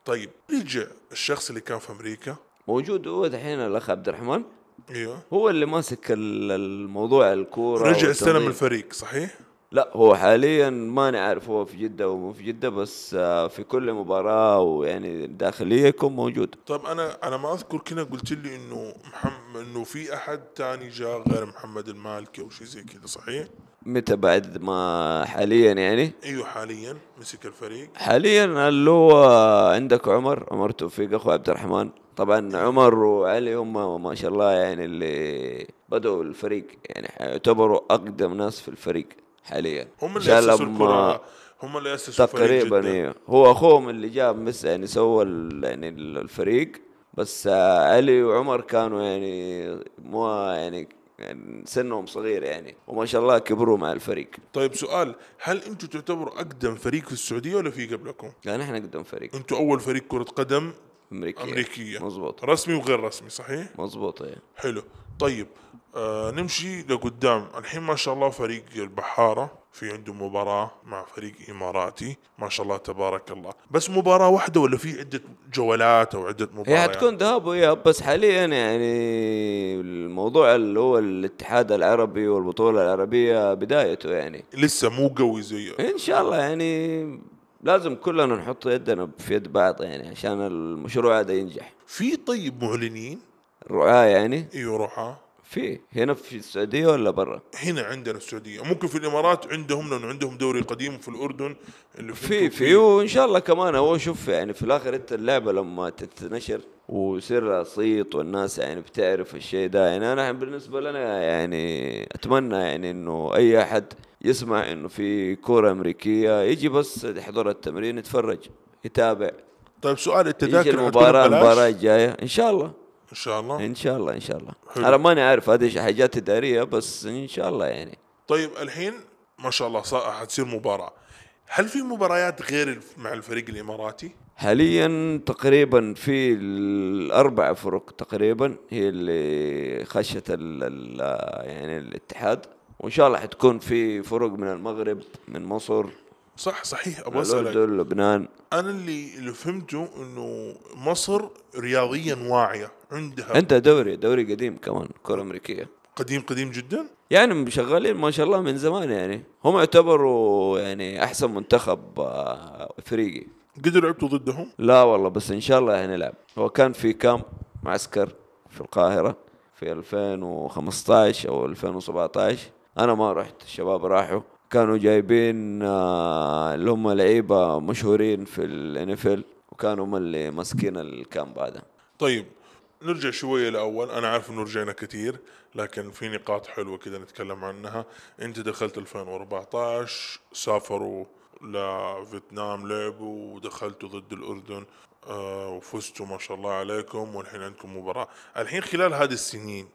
Speaker 1: طيب رجع الشخص اللي كان في امريكا
Speaker 3: موجود هو دحين الاخ عبد الرحمن
Speaker 1: ايوه
Speaker 3: هو اللي ماسك ال- الموضوع الكوره
Speaker 1: رجع استلم
Speaker 3: والتنظيم.
Speaker 1: الفريق صحيح؟
Speaker 3: لا هو حاليا ما نعرف هو في جده ومو في جده بس آه، في كل مباراه ويعني داخليه يكون موجود
Speaker 1: طب انا انا طيب، ما اذكر كنا قلت لي انه محمد انه في احد تاني جاء غير محمد المالكي او شيء زي كذا صحيح؟
Speaker 3: متى بعد ما حاليا يعني
Speaker 1: ايوه حاليا مسك الفريق
Speaker 3: حاليا اللي هو عندك عمر عمر توفيق اخو عبد الرحمن طبعا عمر وعلي هم ما شاء الله يعني اللي بدأوا الفريق يعني يعتبروا اقدم ناس في الفريق حاليا
Speaker 1: هم
Speaker 3: إن
Speaker 1: اللي
Speaker 3: شاء الله
Speaker 1: اسسوا
Speaker 3: ما-
Speaker 1: الكره هم اللي اسسوا الفريق
Speaker 3: تقريبا
Speaker 1: جداً.
Speaker 3: إيه. هو اخوهم اللي جاب مس يعني سوى ال- يعني ال- الفريق بس آه، علي وعمر كانوا يعني مو يعني يعني سنهم صغير يعني وما شاء الله كبروا مع الفريق
Speaker 1: طيب سؤال هل انتم تعتبروا اقدم فريق في السعوديه ولا في قبلكم؟
Speaker 3: يعني احنا قدام فريق
Speaker 1: انتم اول فريق كره قدم
Speaker 3: امريكيه
Speaker 1: امريكيه
Speaker 3: مظبوط
Speaker 1: رسمي وغير رسمي صحيح؟
Speaker 3: مظبوط ايه
Speaker 1: حلو طيب آه نمشي لقدام الحين ما شاء الله فريق البحارة في عنده مباراة مع فريق إماراتي ما شاء الله تبارك الله بس مباراة واحدة ولا في عدة جولات أو عدة
Speaker 3: هي
Speaker 1: مباريات
Speaker 3: حتكون ذهاب واياب بس حاليا يعني الموضوع اللي هو الاتحاد العربي والبطوله العربيه بدايته يعني
Speaker 1: لسه مو قوي زي
Speaker 3: ان شاء الله يعني لازم كلنا نحط يدنا في يد بعض يعني عشان المشروع هذا ينجح
Speaker 1: في طيب إيوه، معلنين
Speaker 3: الرعاة يعني
Speaker 1: يروحها
Speaker 3: في هنا في السعوديه ولا برا
Speaker 1: هنا عندنا السعودية ممكن في الإمارات عندهم لأنه عندهم دوري قديم في الأردن اللي
Speaker 3: في في وان شاء الله كمان هو شوف يعني في الاخر انت اللعبه لما تتنشر ويصير لها صيت والناس يعني بتعرف الشيء ده يعني انا بالنسبه لنا يعني اتمنى يعني انه اي احد يسمع انه في كوره امريكيه يجي بس يحضر التمرين يتفرج يتابع
Speaker 1: طيب سؤال
Speaker 3: يجي
Speaker 1: التذاكر حتكون
Speaker 3: المباراه
Speaker 1: ببلاش؟
Speaker 3: المباراه الجايه ان شاء الله
Speaker 1: إن شاء الله
Speaker 3: ان شاء الله ان شاء الله
Speaker 1: حلو.
Speaker 3: انا ماني عارف هذه حاجات اداريه بس ان شاء الله يعني
Speaker 1: طيب الحين ما شاء الله صا- حتصير مباراة هل في مباريات غير الف- مع الفريق الإماراتي؟
Speaker 3: حاليا تقريبا في الاربع فرق تقريبا هي اللي خشت ال ال يعني الاتحاد وان شاء الله حتكون في فرق من المغرب من مصر
Speaker 1: صح صحيح
Speaker 3: من
Speaker 1: ابغى اسالك
Speaker 3: الاردن لبنان
Speaker 1: انا اللي اللي فهمته انه مصر رياضيا واعيه عندها
Speaker 3: انت دوري دوري قديم كمان كره امريكيه
Speaker 1: قديم قديم جدا
Speaker 3: يعني شغالين ما شاء الله من زمان يعني هم يعتبروا يعني احسن منتخب آه، افريقي
Speaker 1: قد لعبتوا ضدهم
Speaker 3: لا والله بس ان شاء الله هنلعب هو كان في كام معسكر في القاهره في 2015 او 2017 انا ما رحت الشباب راحوا كانوا جايبين آه، اللي هم لعيبه مشهورين في الانفل وكانوا هم اللي ماسكين الكامب هذا
Speaker 1: طيب نرجع شويه لاول انا عارف انه رجعنا كثير لكن في نقاط حلوه كذا نتكلم عنها انت دخلت 2014 سافروا لفيتنام لعبوا ودخلتوا ضد الاردن آه وفزتوا ما شاء الله عليكم والحين عندكم مباراه الحين خلال هذه السنين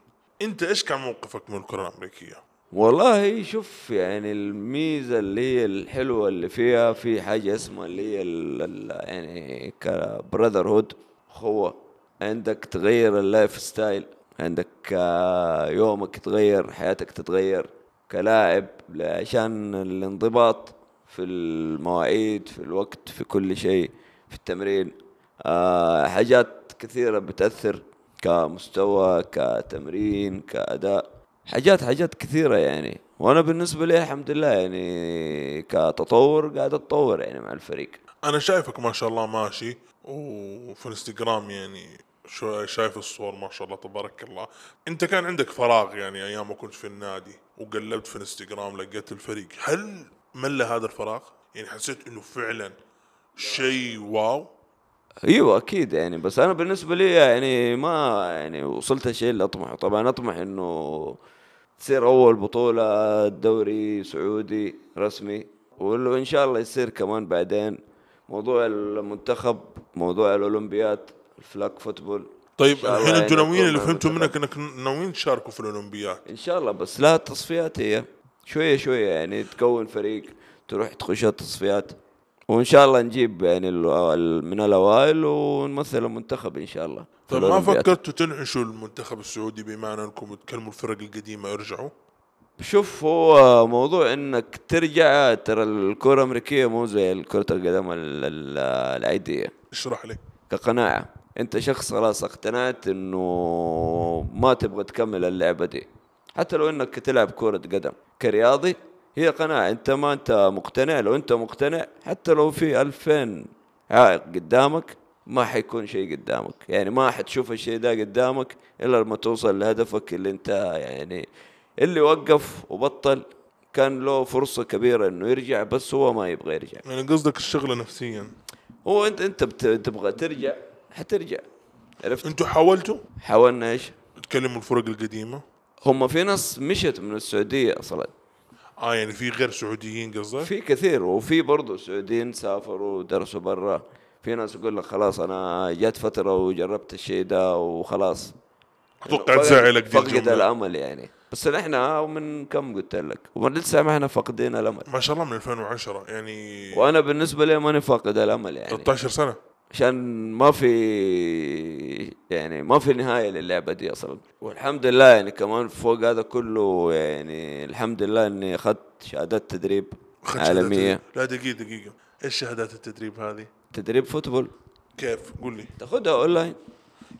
Speaker 1: انت ايش كان موقفك من الكره الامريكيه
Speaker 3: والله شوف يعني الميزه اللي هي الحلوه اللي فيها في حاجه اسمها اللي هي ال- ال- يعني كبراذر هود اخوه عندك تغير اللايف ستايل عندك آه، يومك يتغير حياتك تتغير كلاعب عشان الانضباط في المواعيد في الوقت في كل شيء في التمرين آه، حاجات كثيره بتاثر كمستوى كتمرين كاداء حاجات حاجات كثيرة يعني وانا بالنسبة لي الحمد لله يعني كتطور قاعد اتطور يعني مع الفريق
Speaker 1: انا شايفك ما شاء الله ماشي وفي الانستغرام يعني شو شايف الصور ما شاء الله تبارك الله انت كان عندك فراغ يعني ايام ما كنت في النادي وقلبت في الانستغرام لقيت الفريق هل مل هذا الفراغ يعني حسيت انه فعلا شيء واو
Speaker 3: ايوه اكيد يعني بس انا بالنسبة لي يعني ما يعني وصلت الشيء اللي اطمحه طبعا اطمح انه تصير اول بطولة دوري سعودي رسمي وان شاء الله يصير كمان بعدين موضوع المنتخب موضوع الاولمبياد الفلاك فوتبول
Speaker 1: طيب
Speaker 3: شاء الله
Speaker 1: الحين انتم
Speaker 3: يعني
Speaker 1: ناويين اللي
Speaker 3: نكون
Speaker 1: فهمته
Speaker 3: منتخب.
Speaker 1: منك انك ناويين تشاركوا في الاولمبياد
Speaker 3: ان شاء الله بس لها تصفيات هي شويه شويه يعني تكون فريق تروح تخش التصفيات وان شاء الله نجيب يعني ال- ال- من الاوائل ونمثل المنتخب ان شاء الله في
Speaker 1: طيب ما
Speaker 3: الأولمبياد.
Speaker 1: فكرتوا تنعشوا المنتخب السعودي بمعنى انكم تكلموا الفرق القديمه ارجعوا
Speaker 3: شوف هو موضوع انك ترجع ترى الكره الامريكيه مو زي كره القدم ال- ال- العاديه
Speaker 1: اشرح لي
Speaker 3: كقناعه انت شخص خلاص اقتنعت انه ما تبغى تكمل اللعبه دي حتى لو انك تلعب كره قدم كرياضي هي قناعه انت ما انت مقتنع لو انت مقتنع حتى لو في 2000 عائق قدامك ما حيكون شيء قدامك يعني ما حتشوف الشيء ده قدامك الا لما توصل لهدفك اللي انت يعني اللي وقف وبطل كان له فرصه كبيره انه يرجع بس هو ما يبغى يرجع
Speaker 1: يعني قصدك الشغله نفسيا
Speaker 3: هو انت انت بت- تبغى ترجع حترجع عرفت
Speaker 1: انتوا حاولتوا
Speaker 3: حاولنا ايش
Speaker 1: تكلموا الفرق القديمه
Speaker 3: هم في ناس مشت من السعوديه اصلا
Speaker 1: اه يعني في غير سعوديين قصدك
Speaker 3: في كثير وفي برضه سعوديين سافروا ودرسوا برا في ناس يقول لك خلاص انا جت فتره وجربت الشيء ده وخلاص
Speaker 1: اتوقع تزعلك دي
Speaker 3: فقد
Speaker 1: الجمله
Speaker 3: الامل يعني بس احنا من كم قلت لك ولسه ما احنا فاقدين الامل
Speaker 1: ما شاء الله من 2010 يعني
Speaker 3: وانا بالنسبه لي ماني فاقد الامل يعني
Speaker 1: 13 سنه
Speaker 3: عشان ما في يعني ما في نهايه للعبه دي اصلا والحمد لله يعني كمان فوق هذا كله يعني الحمد لله اني اخذت شهادات تدريب
Speaker 1: أخذت شهادات
Speaker 3: عالميه
Speaker 1: التدريب. لا دقيقه دقيقه ايش شهادات التدريب هذه؟
Speaker 3: تدريب فوتبول
Speaker 1: كيف؟ قول لي
Speaker 3: تاخذها اونلاين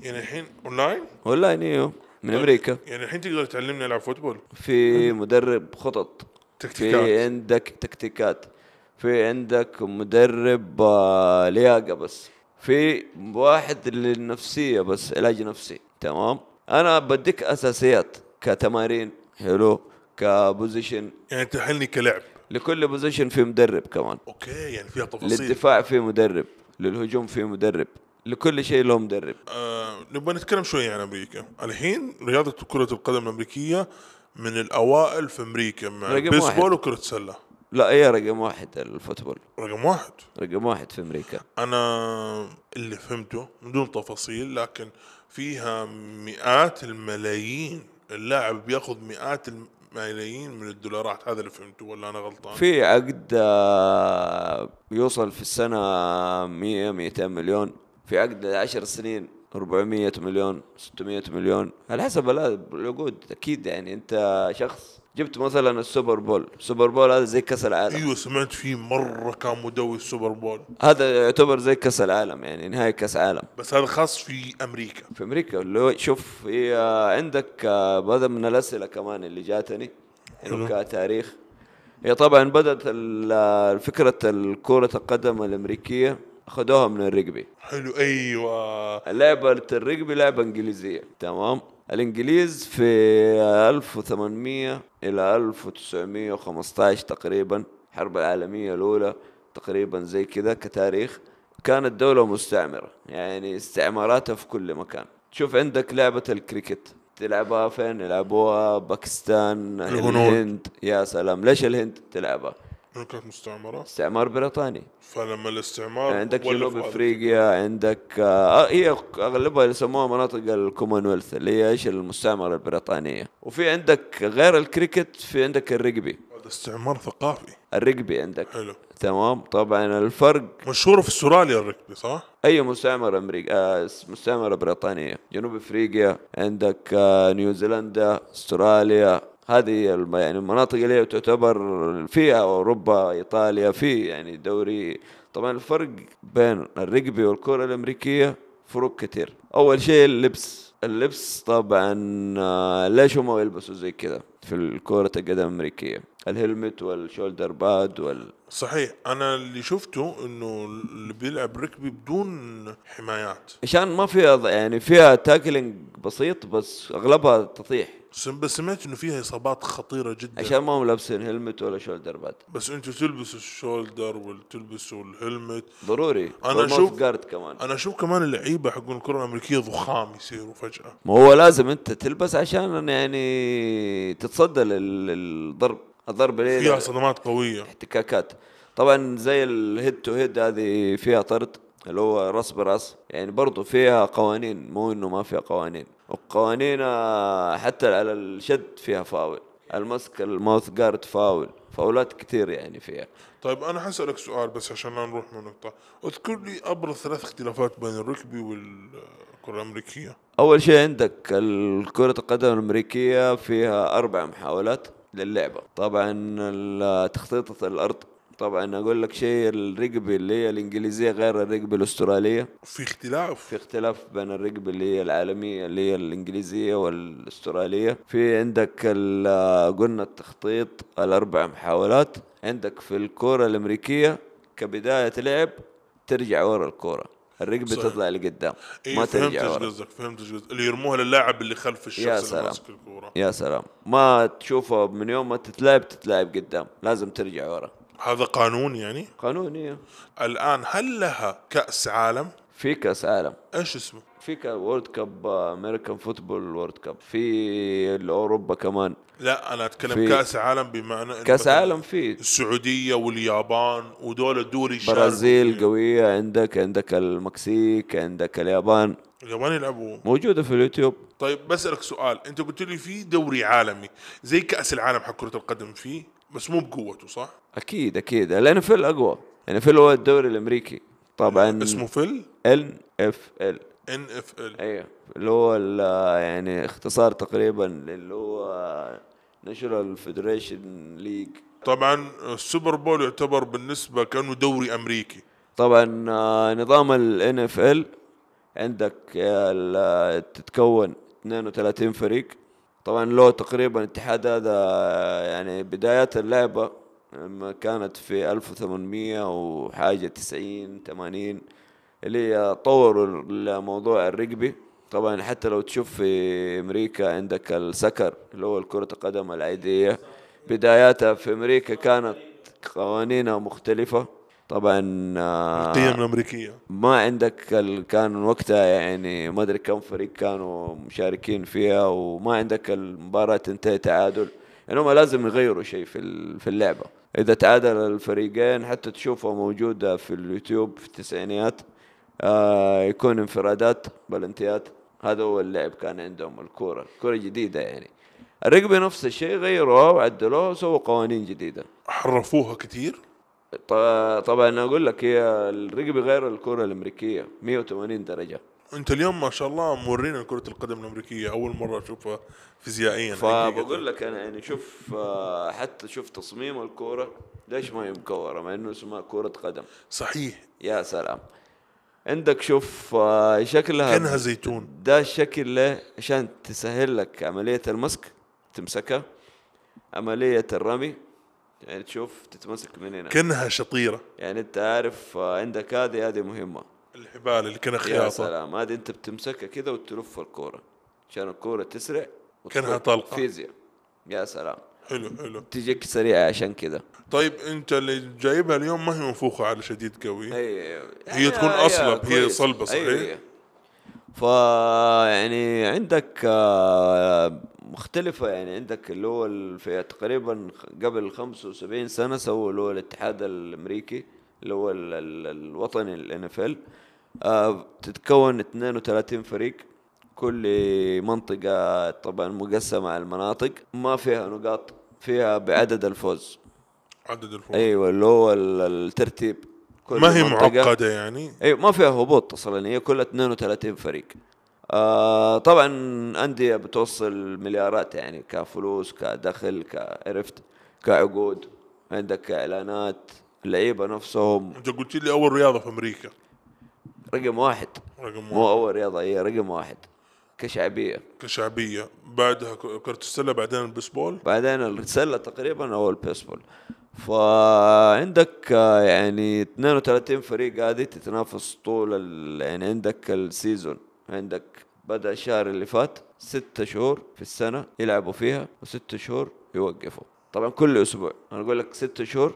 Speaker 1: يعني الحين اونلاين؟
Speaker 3: اونلاين ايوه من امريكا
Speaker 1: يعني الحين تقدر تعلمني العب فوتبول
Speaker 3: في مدرب خطط في
Speaker 1: تكتيكات
Speaker 3: عندك تكتيكات في عندك مدرب آه، لياقه بس في واحد للنفسيه بس علاج نفسي تمام انا بديك اساسيات كتمارين حلو كبوزيشن
Speaker 1: يعني تحلني كلعب
Speaker 3: لكل بوزيشن في مدرب كمان
Speaker 1: اوكي يعني فيها تفاصيل
Speaker 3: للدفاع في مدرب للهجوم في مدرب لكل شيء له مدرب
Speaker 1: آه نبغى نتكلم شويه عن امريكا الحين رياضه كره القدم الامريكيه من الاوائل في امريكا مع
Speaker 3: رقم
Speaker 1: البيسبول
Speaker 3: واحد.
Speaker 1: وكره السله
Speaker 3: لا هي رقم واحد الفوتبول
Speaker 1: رقم واحد
Speaker 3: رقم واحد في امريكا
Speaker 1: انا اللي فهمته من دون تفاصيل لكن فيها مئات الملايين اللاعب بياخذ مئات الملايين من الدولارات هذا اللي فهمته ولا انا غلطان
Speaker 3: في عقد آه، بيوصل في السنة 100 200 مليون في عقد 10 سنين 400 مليون 600 مليون على حسب ال- العقود اكيد يعني انت شخص جبت مثلا السوبر بول السوبر بول هذا زي كاس العالم
Speaker 1: ايوه سمعت فيه مره كان مدوي السوبر بول
Speaker 3: هذا يعتبر زي كاس العالم يعني نهائي كاس عالم
Speaker 1: بس هذا خاص في امريكا
Speaker 3: في امريكا اللي هو شوف هي عندك آه، هذا من الاسئله كمان اللي جاتني انه كتاريخ هي طبعا بدات ال- فكره الكره القدم الامريكيه اخذوها من الرجبي
Speaker 1: حلو ايوه
Speaker 3: لعبه الرجبي لعبه انجليزيه تمام الانجليز في 1800 الى 1915 تقريبا الحرب العالميه الاولى تقريبا زي كذا كتاريخ كانت دوله مستعمره يعني استعماراتها في كل مكان تشوف عندك لعبه الكريكت تلعبها فين يلعبوها باكستان
Speaker 1: الهنود.
Speaker 3: الهند يا سلام ليش الهند تلعبها
Speaker 1: من كانت مستعمره
Speaker 3: استعمار بريطاني
Speaker 1: فلما الاستعمار
Speaker 3: آه، يعني عندك
Speaker 1: ولف
Speaker 3: جنوب
Speaker 1: هذا.
Speaker 3: افريقيا عندك آه هي اغلبها يسموها مناطق الكومنولث اللي هي ايش المستعمره البريطانيه وفي عندك غير الكريكت في عندك الرقبي
Speaker 1: هذا استعمار ثقافي
Speaker 3: الرقبي عندك
Speaker 1: حلو
Speaker 3: تمام طبعا الفرق
Speaker 1: مشهوره في استراليا الركبي صح؟
Speaker 3: اي مستعمره امريكا آه مستعمره بريطانيه جنوب افريقيا عندك آه نيوزيلندا استراليا هذه هي الم- يعني المناطق اللي هي تعتبر فيها اوروبا ايطاليا في يعني دوري طبعا الفرق بين الرقبي والكره الامريكيه فروق كتير اول شيء اللبس اللبس طبعا آه، ليش هم يلبسوا زي كذا في الكرة القدم الأمريكية الهلمت والشولدر باد وال
Speaker 1: صحيح انا اللي شفته انه اللي بيلعب ركبي بدون حمايات
Speaker 3: عشان ما فيها ض- يعني فيها تاكلينج بسيط بس اغلبها تطيح
Speaker 1: سم- بس سمعت انه فيها اصابات خطيره جدا
Speaker 3: عشان ما هم لابسين هلمت ولا شولدر باد
Speaker 1: بس انتوا تلبسوا الشولدر وتلبسوا الهلمت
Speaker 3: ضروري
Speaker 1: أنا
Speaker 3: والماوث
Speaker 1: أشوف-
Speaker 3: جارد كمان
Speaker 1: انا اشوف كمان اللعيبه حقون الكره الامريكيه ضخام يصيروا فجاه
Speaker 3: ما هو لازم انت تلبس عشان يعني تتصدى لل- للضرب الضرب اللي هي
Speaker 1: فيها صدمات قويه
Speaker 3: احتكاكات طبعا زي الهيد تو هيد هذه فيها طرد اللي هو راس براس يعني برضو فيها قوانين مو انه ما فيها قوانين والقوانين آه، حتى على الشد فيها فاول المسك الماوث جارد فاول فاولات كتير يعني فيها
Speaker 1: طيب انا حسألك سؤال بس عشان لا نروح من نقطة اذكر لي ابرز ثلاث اختلافات بين الركبي والكرة الامريكية
Speaker 3: اول شيء عندك ال- كرة القدم الامريكية فيها اربع محاولات للعبة طبعا ال- آه، تخطيطة الارض طبعا اقول لك شيء الرقبه اللي هي الانجليزيه غير الرقبه الاستراليه
Speaker 1: في اختلاف
Speaker 3: في اختلاف بين الرقبة اللي هي العالمية اللي هي الإنجليزية والأسترالية في عندك ال- قلنا التخطيط الأربع محاولات عندك في الكرة الأمريكية كبداية لعب ترجع ورا الكرة الرقبة
Speaker 1: صحيح.
Speaker 3: تطلع لقدام
Speaker 1: إيه
Speaker 3: ما
Speaker 1: فهمت
Speaker 3: ترجع
Speaker 1: ايش
Speaker 3: ورا
Speaker 1: قصدك فهمت ايش قصدك اللي يرموها للاعب اللي خلف
Speaker 3: يا
Speaker 1: الشخص اللي
Speaker 3: سلام.
Speaker 1: ماسك الكوره
Speaker 3: يا سلام ما تشوفها من يوم ما تتلعب تتلعب قدام لازم ترجع ورا
Speaker 1: هذا قانون يعني
Speaker 3: قانونية
Speaker 1: الان هل لها كاس عالم
Speaker 3: في كأس عالم
Speaker 1: ايش اسمه
Speaker 3: في وورد كاب امريكان فوتبول وورد كاب في اوروبا كمان
Speaker 1: لا انا اتكلم
Speaker 3: في-
Speaker 1: كاس عالم بمعنى إنه
Speaker 3: كاس
Speaker 1: مثلاً
Speaker 3: عالم في
Speaker 1: السعوديه واليابان ودول الدول يشاركوا
Speaker 3: برازيل
Speaker 1: فيها.
Speaker 3: قوية عندك عندك المكسيك عندك اليابان
Speaker 1: اليابان يلعبوا
Speaker 3: موجودة في اليوتيوب
Speaker 1: طيب بسألك سؤال انت قلت لي في دوري عالمي زي كأس العالم حق كرة القدم فيه بس مو بقوته صح؟
Speaker 3: أكيد أكيد ال NFL أقوى ال NFL يعني هو الدوري الأمريكي طبعا
Speaker 1: اسمه فيل
Speaker 3: NFL
Speaker 1: ان اف ال
Speaker 3: أيوه اللي هو ال- يعني اختصار تقريبا اللي هو ناشونال فيدريشن ليج
Speaker 1: طبعا السوبر بول يعتبر بالنسبة كأنه دوري امريكي
Speaker 3: طبعا آه، نظام ال NFL عندك آه، ال- تتكون 32 فريق طبعا له تقريبا الاتحاد هذا يعني بدايات اللعبة لما كانت في 1800 وحاجة 90 80 اللي هي طوروا الموضوع الرقبي طبعا حتى لو تشوف في امريكا عندك السكر اللي هو كرة القدم العادية بداياتها في امريكا كانت قوانينها مختلفة طبعا آه،
Speaker 1: القيم الامريكية
Speaker 3: ما عندك ال... كان وقتها يعني ما ادري كم فريق كانوا مشاركين فيها وما عندك المباراة تنتهي تعادل يعني هم لازم يغيروا شيء في ال- في اللعبة إذا تعادل الفريقين حتى تشوفها موجودة في اليوتيوب في التسعينيات آه يكون انفرادات بلنتيات هذا هو اللعب كان عندهم الكورة كورة جديدة يعني الرقبة نفس الشيء غيروها وعدلوها وسووا قوانين جديدة
Speaker 1: حرفوها كثير
Speaker 3: ط- طبعا أنا اقول لك هي الرقبه غير الكره الامريكيه 180 درجه
Speaker 1: انت اليوم ما شاء الله مورينا كرة القدم الامريكية اول مرة اشوفها فيزيائيا
Speaker 3: فبقول لك انا يعني شوف آه، حتى شوف تصميم الكره ليش ما هي مكوره مع انه اسمها كره قدم
Speaker 1: صحيح
Speaker 3: يا سلام عندك شوف آه، شكلها
Speaker 1: كانها زيتون
Speaker 3: ده الشكل له عشان تسهل لك عملية المسك تمسكها عملية الرمي يعني تشوف تتمسك من هنا
Speaker 1: كانها شطيرة
Speaker 3: يعني انت عارف آه، عندك هذه هذه مهمة
Speaker 1: الحبال اللي كانها
Speaker 3: يا
Speaker 1: خياطة
Speaker 3: سلام هذه انت بتمسكها كذا وتلف الكوره عشان الكوره تسرع وتفوت.
Speaker 1: كأنها طلقة.
Speaker 3: فيزياء يا سلام
Speaker 1: حلو حلو
Speaker 3: تجيك سريعه عشان كذا
Speaker 1: طيب انت اللي جايبها اليوم ما هي منفوخة على شديد قوي
Speaker 3: هي
Speaker 1: هي تكون أصلب، هي صلبة، صحيح؟
Speaker 3: ف يعني عندك آه، مختلفة يعني عندك اللي هو ال- في تقريبا خ- قبل 75 سنة سووا اللي هو الاتحاد الأمريكي اللي هو ال- ال- الوطني ال NFL آه، تتكون 32 فريق كل منطقة طبعا مقسمة على المناطق ما فيها نقاط فيها بعدد الفوز
Speaker 1: عدد الفوق
Speaker 3: ايوه اللي هو ال- الترتيب كل
Speaker 1: ما هي
Speaker 3: منطقة-
Speaker 1: معقدة يعني
Speaker 3: اي أيوة، ما فيها هبوط اصلا هي كلها 32 فريق آه طبعا انديه بتوصل مليارات يعني كفلوس كدخل كعرفت كعقود عندك اعلانات اللعيبه نفسهم
Speaker 1: انت قلت لي اول رياضة في امريكا
Speaker 3: رقم واحد
Speaker 1: رقم واحد
Speaker 3: مو اول رياضه هي رقم واحد كشعبيه
Speaker 1: كشعبية بعدها ك- كرة السلة بعدين البيسبول
Speaker 3: بعدين السله تقريبا او البيسبول فعندك آه، يعني 32 فريق هذه تتنافس طول ال... يعني عندك السيزون عندك بدا الشهر اللي فات ستة شهور في السنه يلعبوا فيها وست شهور يوقفوا طبعا كل اسبوع انا اقول لك ست شهور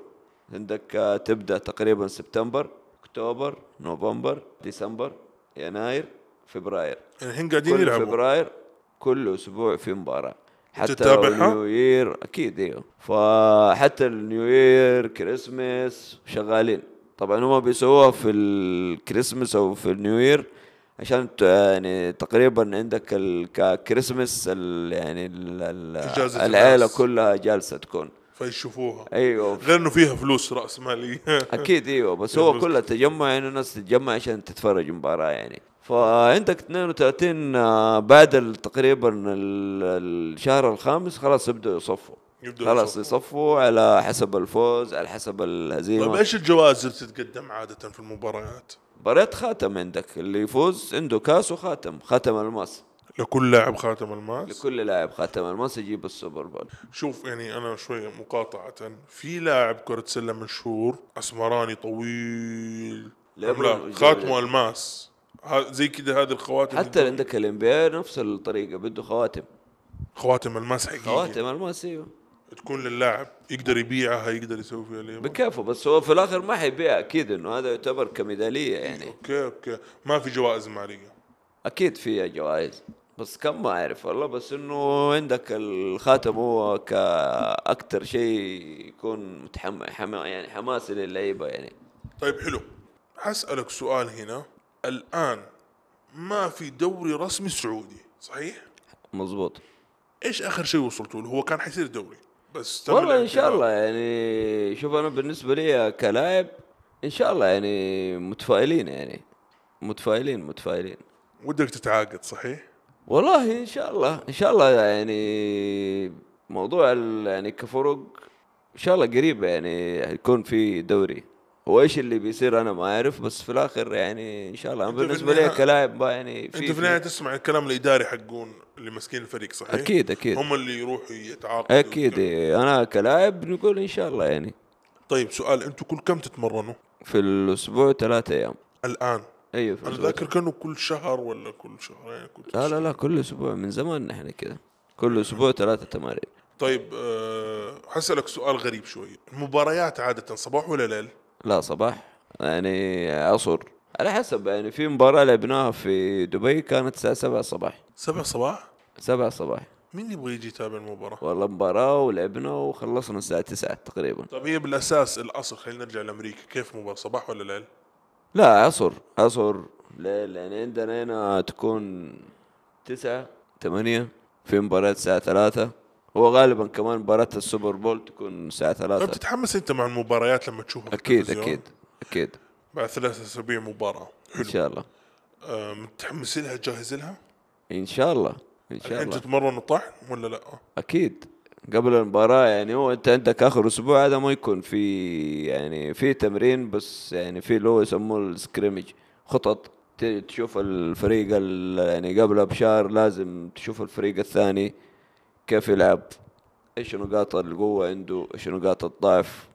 Speaker 3: عندك آه، تبدا تقريبا سبتمبر اكتوبر نوفمبر ديسمبر يناير فبراير
Speaker 1: يعني الحين قاعدين
Speaker 3: كل
Speaker 1: يلعبوا
Speaker 3: فبراير كل اسبوع في مباراه حتى لو
Speaker 1: تتابعها؟
Speaker 3: النيو يير اكيد ايوه فحتى النيو يير كريسمس شغالين طبعا هم بيسووها في الكريسمس او في النيو يير عشان ت- يعني تقريبا عندك الكريسمس يعني ال- ال-
Speaker 1: إجازة
Speaker 3: العيله
Speaker 1: الناس.
Speaker 3: كلها جالسه تكون
Speaker 1: فيشوفوها
Speaker 3: ايوه
Speaker 1: غير انه فيها فلوس راس مالية
Speaker 3: اكيد ايوه بس
Speaker 1: يا
Speaker 3: هو
Speaker 1: مزق.
Speaker 3: كله تجمع يعني الناس تتجمع عشان تتفرج مباراه يعني فعندك 32 آه، بعد ال- تقريبا ال- الشهر الخامس خلاص يبداوا يصفوا
Speaker 1: يبدأ
Speaker 3: خلاص
Speaker 1: يصفوا.
Speaker 3: يصفوا على حسب الفوز على حسب
Speaker 1: طيب
Speaker 3: الهزيمه
Speaker 1: ايش الجوائز اللي بتتقدم عاده في المباريات؟
Speaker 3: مباريات خاتم عندك اللي يفوز عنده كاس وخاتم خاتم الماس
Speaker 1: لكل لاعب خاتم الماس
Speaker 3: لكل لاعب خاتم الماس يجيب السوبر بول
Speaker 1: شوف يعني انا شوي مقاطعه في لاعب كره سله مشهور اسمراني طويل
Speaker 3: ليبرون
Speaker 1: عملاق،
Speaker 3: وجميل.
Speaker 1: خاتمه الماس ها- زي كده هذه الخواتم
Speaker 3: حتى عندك الانبياء إيه نفس الطريقه بده خواتم
Speaker 1: خواتم الماس حقيقيه
Speaker 3: خواتم الماس ايوه
Speaker 1: تكون للاعب يقدر يبيعها يقدر يسوي فيها اللي يبغى.
Speaker 3: بكيفه بس هو في الاخر ما حيبيع اكيد انه هذا يعتبر كميداليه يعني
Speaker 1: اوكي اوكي ما في جوائز ماليه
Speaker 3: اكيد فيها جوائز بس كم ما اعرف والله بس انه عندك الخاتم هو كاكثر شيء يكون متحمس حما يعني حماسي للعيبه يعني
Speaker 1: طيب حلو حسألك سؤال هنا الآن ما في دوري رسمي سعودي صحيح؟
Speaker 3: مزبوط
Speaker 1: ايش آخر شيء وصلتوا له؟ هو كان حيصير دوري بس تم
Speaker 3: والله ان شاء
Speaker 1: الاعتبار.
Speaker 3: الله يعني شوف انا بالنسبه لي كلاعب ان شاء الله يعني متفائلين يعني متفائلين متفائلين
Speaker 1: ودك تتعاقد صحيح؟
Speaker 3: والله ان شاء الله ان شاء الله يعني موضوع ال- يعني كفرق ان شاء الله قريب يعني يكون في دوري وايش اللي بيصير انا ما اعرف بس في الاخر يعني ان شاء الله
Speaker 1: أنت
Speaker 3: أنا
Speaker 1: في
Speaker 3: بالنسبه لي
Speaker 1: النهاية-
Speaker 3: كلاعب ما يعني في
Speaker 1: انت في النهايه تسمع الكلام الاداري حقون اللي ماسكين الفريق صحيح؟
Speaker 3: اكيد اكيد
Speaker 1: هم اللي يروحوا يتعاقدوا
Speaker 3: اكيد إيه. انا كلاعب نقول ان شاء الله يعني
Speaker 1: طيب سؤال انتم كل كم تتمرنوا؟
Speaker 3: في الاسبوع ثلاثة ايام
Speaker 1: الآن
Speaker 3: ايوه في
Speaker 1: انا
Speaker 3: الأسبوع.
Speaker 1: ذاكر كانوا كل شهر ولا كل شهرين كل
Speaker 3: لا لا لا كل اسبوع من زمان نحن كذا كل اسبوع ثلاثة تمارين
Speaker 1: طيب أه حسألك سؤال غريب شوي المباريات عادة صباح ولا ليل؟
Speaker 3: لا صباح يعني عصر على حسب يعني في مباراة لعبناها في دبي كانت الساعة 7 صباح
Speaker 1: سبع صباح؟
Speaker 3: 7 صباح
Speaker 1: مين يبغى يجي يتابع المباراة؟
Speaker 3: والله مباراة ولعبنا وخلصنا الساعة 9 تقريبا
Speaker 1: طيب هي بالاساس الاصل خلينا نرجع لامريكا كيف مباراة صباح ولا ليل؟
Speaker 3: لا عصر عصر ليل يعني عندنا هنا تكون 9 8 في مباراة الساعة 3 هو غالبا كمان مباراة السوبر بول تكون الساعة
Speaker 1: طيب
Speaker 3: 3
Speaker 1: تتحمس انت مع المباريات لما تشوفها في
Speaker 3: أكيد
Speaker 1: التلفزيون؟
Speaker 3: أكيد أكيد
Speaker 1: بعد ثلاثة اسابيع مباراة
Speaker 3: إن
Speaker 1: حلو
Speaker 3: شاء الله
Speaker 1: آه متحمس لها جاهز لها؟
Speaker 3: إن شاء الله إن شاء
Speaker 1: الحين
Speaker 3: الله
Speaker 1: تتمرن وطحن ولا لا؟
Speaker 3: اكيد قبل المباراة يعني هو انت عندك اخر اسبوع هذا ما يكون في يعني في تمرين بس يعني في اللي هو يسموه السكريمج خطط ت- تشوف الفريق ال- يعني قبلها بشهر لازم تشوف الفريق الثاني كيف يلعب ايش نقاط القوة عنده ايش نقاط الضعف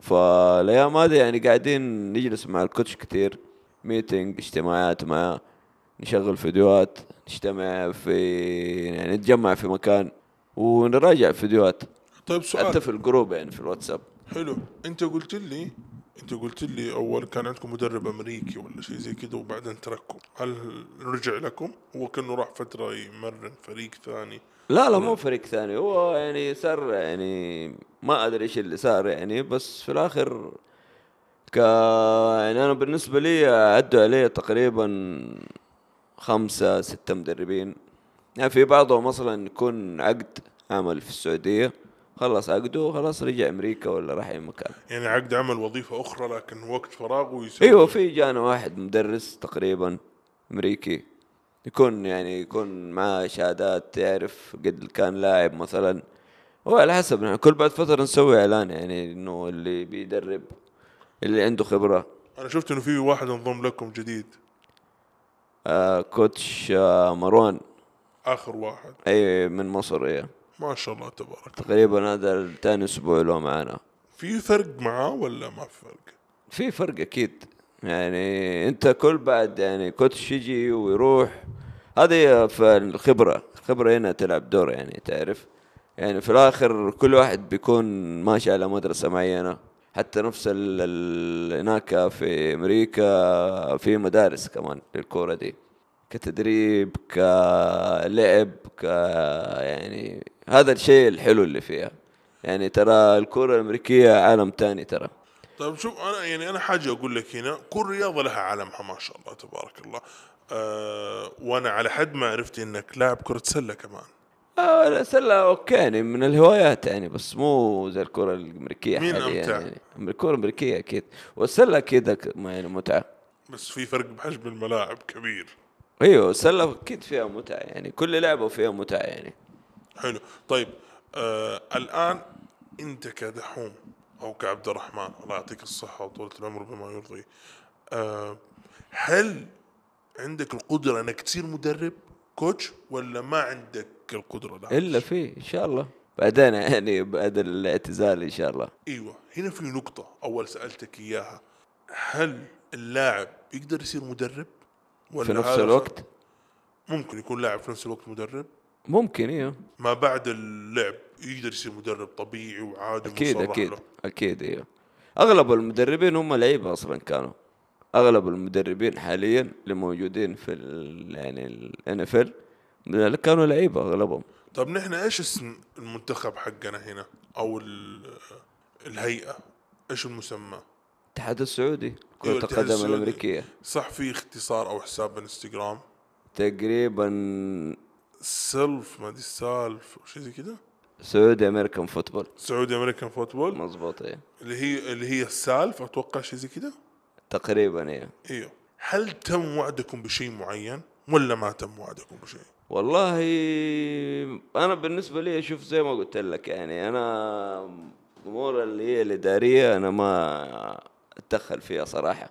Speaker 3: فالايام هذه يعني قاعدين نجلس مع الكوتش كتير ميتنج اجتماعات معاه نشغل فيديوهات نجتمع في يعني نتجمع في مكان ونراجع فيديوهات
Speaker 1: طيب سؤال
Speaker 3: حتى في الجروب يعني في الواتساب
Speaker 1: حلو انت قلت لي انت قلت لي اول كان عندكم مدرب امريكي ولا شيء زي كذا وبعدين ترككم هل رجع لكم هو كانه راح فتره يمرن فريق ثاني
Speaker 3: لا لا مو فريق ثاني هو يعني صار يعني ما ادري ايش اللي صار يعني بس في الاخر ك يعني انا بالنسبه لي عدوا علي تقريبا خمسة ستة مدربين يعني في بعضهم اصلا يكون عقد عمل في السعوديه خلص عقده خلاص رجع امريكا ولا راح اي مكان
Speaker 1: يعني عقد عمل وظيفه اخرى لكن وقت فراغه يسوي
Speaker 3: ايوه في جانا واحد مدرس تقريبا امريكي يكون يعني يكون معاه شهادات تعرف قد كان لاعب مثلا هو على حسب يعني كل بعد فتره نسوي اعلان يعني انه اللي بيدرب اللي عنده خبره
Speaker 1: انا شفت انه في واحد انضم لكم جديد
Speaker 3: آه كوتش آه مروان
Speaker 1: اخر واحد
Speaker 3: اي من مصر ايه
Speaker 1: ما شاء الله تبارك الله.
Speaker 3: تقريبا هذا ثاني اسبوع له معانا
Speaker 1: في فرق معاه ولا ما في فرق؟
Speaker 3: في فرق اكيد يعني انت كل بعد يعني كوتش يجي ويروح هذه فالخبره الخبره هنا تلعب دور يعني تعرف يعني في الاخر كل واحد بيكون ماشي على مدرسه معينه حتى نفس ال- ال- هناك في امريكا في مدارس كمان للكوره دي كتدريب كلعب ك يعني هذا الشيء الحلو اللي فيها يعني ترى الكوره الامريكيه عالم تاني ترى
Speaker 1: طيب شوف انا يعني انا حاجه اقول لك هنا كل رياضه لها عالمها ما شاء الله تبارك الله أه وانا على حد ما عرفت انك لاعب كره سله كمان
Speaker 3: آه، السلة اوكي يعني من الهوايات يعني بس مو زي الكرة الامريكية
Speaker 1: مين
Speaker 3: حاليا
Speaker 1: أمتع؟
Speaker 3: يعني الكرة الامريكية اكيد والسلة اكيد أك- ما يعني متعة
Speaker 1: بس في فرق بحجم الملاعب كبير
Speaker 3: أيوة، ايوه السلة اكيد فيها متعة يعني كل لعبة فيها متعة يعني
Speaker 1: حلو طيب آه الان انت كدحوم او كعبد الرحمن الله يعطيك الصحه وطوله العمر بما يرضي آه هل عندك القدره انك تصير مدرب كوتش ولا ما عندك القدره لها؟
Speaker 3: الا في ان شاء الله بعدين يعني بعد الاعتزال ان شاء الله
Speaker 1: ايوه هنا في نقطة أول سألتك إياها هل اللاعب يقدر يصير مدرب؟ ولا
Speaker 3: في نفس
Speaker 1: هذا
Speaker 3: الوقت
Speaker 1: ممكن يكون لاعب في نفس الوقت مدرب
Speaker 3: ممكن ايوه
Speaker 1: ما بعد اللعب يقدر يصير مدرب طبيعي وعادي
Speaker 3: اكيد
Speaker 1: ومصرح
Speaker 3: اكيد
Speaker 1: له.
Speaker 3: اكيد ايوه اغلب المدربين هم لعيبه اصلا كانوا اغلب المدربين حاليا اللي موجودين في ال يعني الان اف ال كانوا لعيبه اغلبهم
Speaker 1: طب نحن ايش اسم المنتخب حقنا هنا او ال- الهيئة ايش المسمى؟
Speaker 3: الاتحاد السعودي كرة
Speaker 1: أيوة، الاتحاد
Speaker 3: القدم
Speaker 1: السعودي.
Speaker 3: الامريكية
Speaker 1: صح في اختصار او حساب انستغرام
Speaker 3: تقريبا
Speaker 1: سيلف ما ادري سالف او شيء زي كذا
Speaker 3: سعودي امريكان فوتبول
Speaker 1: سعودي امريكان فوتبول
Speaker 3: مظبوط ايه
Speaker 1: اللي هي اللي هي السالف اتوقع شيء زي كذا
Speaker 3: تقريبا ايه
Speaker 1: ايوه هل تم وعدكم بشيء معين ولا ما تم وعدكم بشيء؟
Speaker 3: والله انا بالنسبه لي اشوف زي ما قلت لك يعني انا الامور اللي هي الاداريه انا ما اتدخل فيها صراحه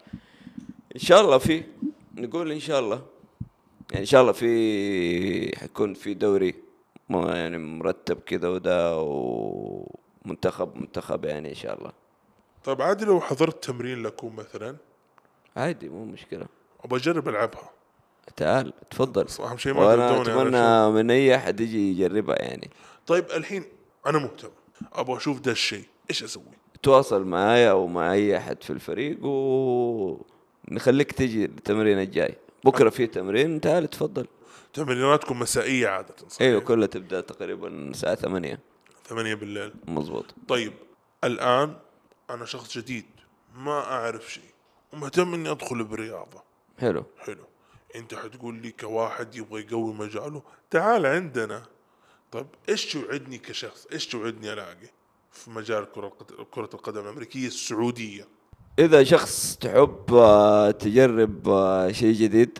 Speaker 3: ان شاء الله في نقول ان شاء الله يعني ان شاء الله في حيكون في دوري ما يعني مرتب كذا وده ومنتخب منتخب يعني ان شاء الله
Speaker 1: طيب عادي لو حضرت تمرين لكم مثلا
Speaker 3: عادي مو مشكله
Speaker 1: ابغى اجرب العبها
Speaker 3: تعال تفضل
Speaker 1: بس أهم شيء ما يعني
Speaker 3: وانا
Speaker 1: تردوني على
Speaker 3: اتمنى من اي احد يجي يجربها يعني
Speaker 1: طيب الحين انا مهتم ابغى اشوف ده الشيء ايش اسوي؟
Speaker 3: تواصل معايا او مع اي احد في الفريق ونخليك تجي التمرين الجاي بكره في تمرين تعال تفضل
Speaker 1: تمريناتكم مسائيه عاده صحيح؟
Speaker 3: ايوه كلها تبدا تقريبا الساعه 8
Speaker 1: 8 بالليل
Speaker 3: مزبوط
Speaker 1: طيب الان انا شخص جديد ما اعرف شيء ومهتم اني ادخل بالرياضه
Speaker 3: حلو
Speaker 1: حلو انت حتقول لي كواحد يبغى يقوي مجاله تعال عندنا طيب ايش توعدني كشخص ايش توعدني الاقي في مجال كرة القد- كرة القدم الأمريكية السعودية
Speaker 3: اذا شخص تحب آه، تجرب آه، شيء جديد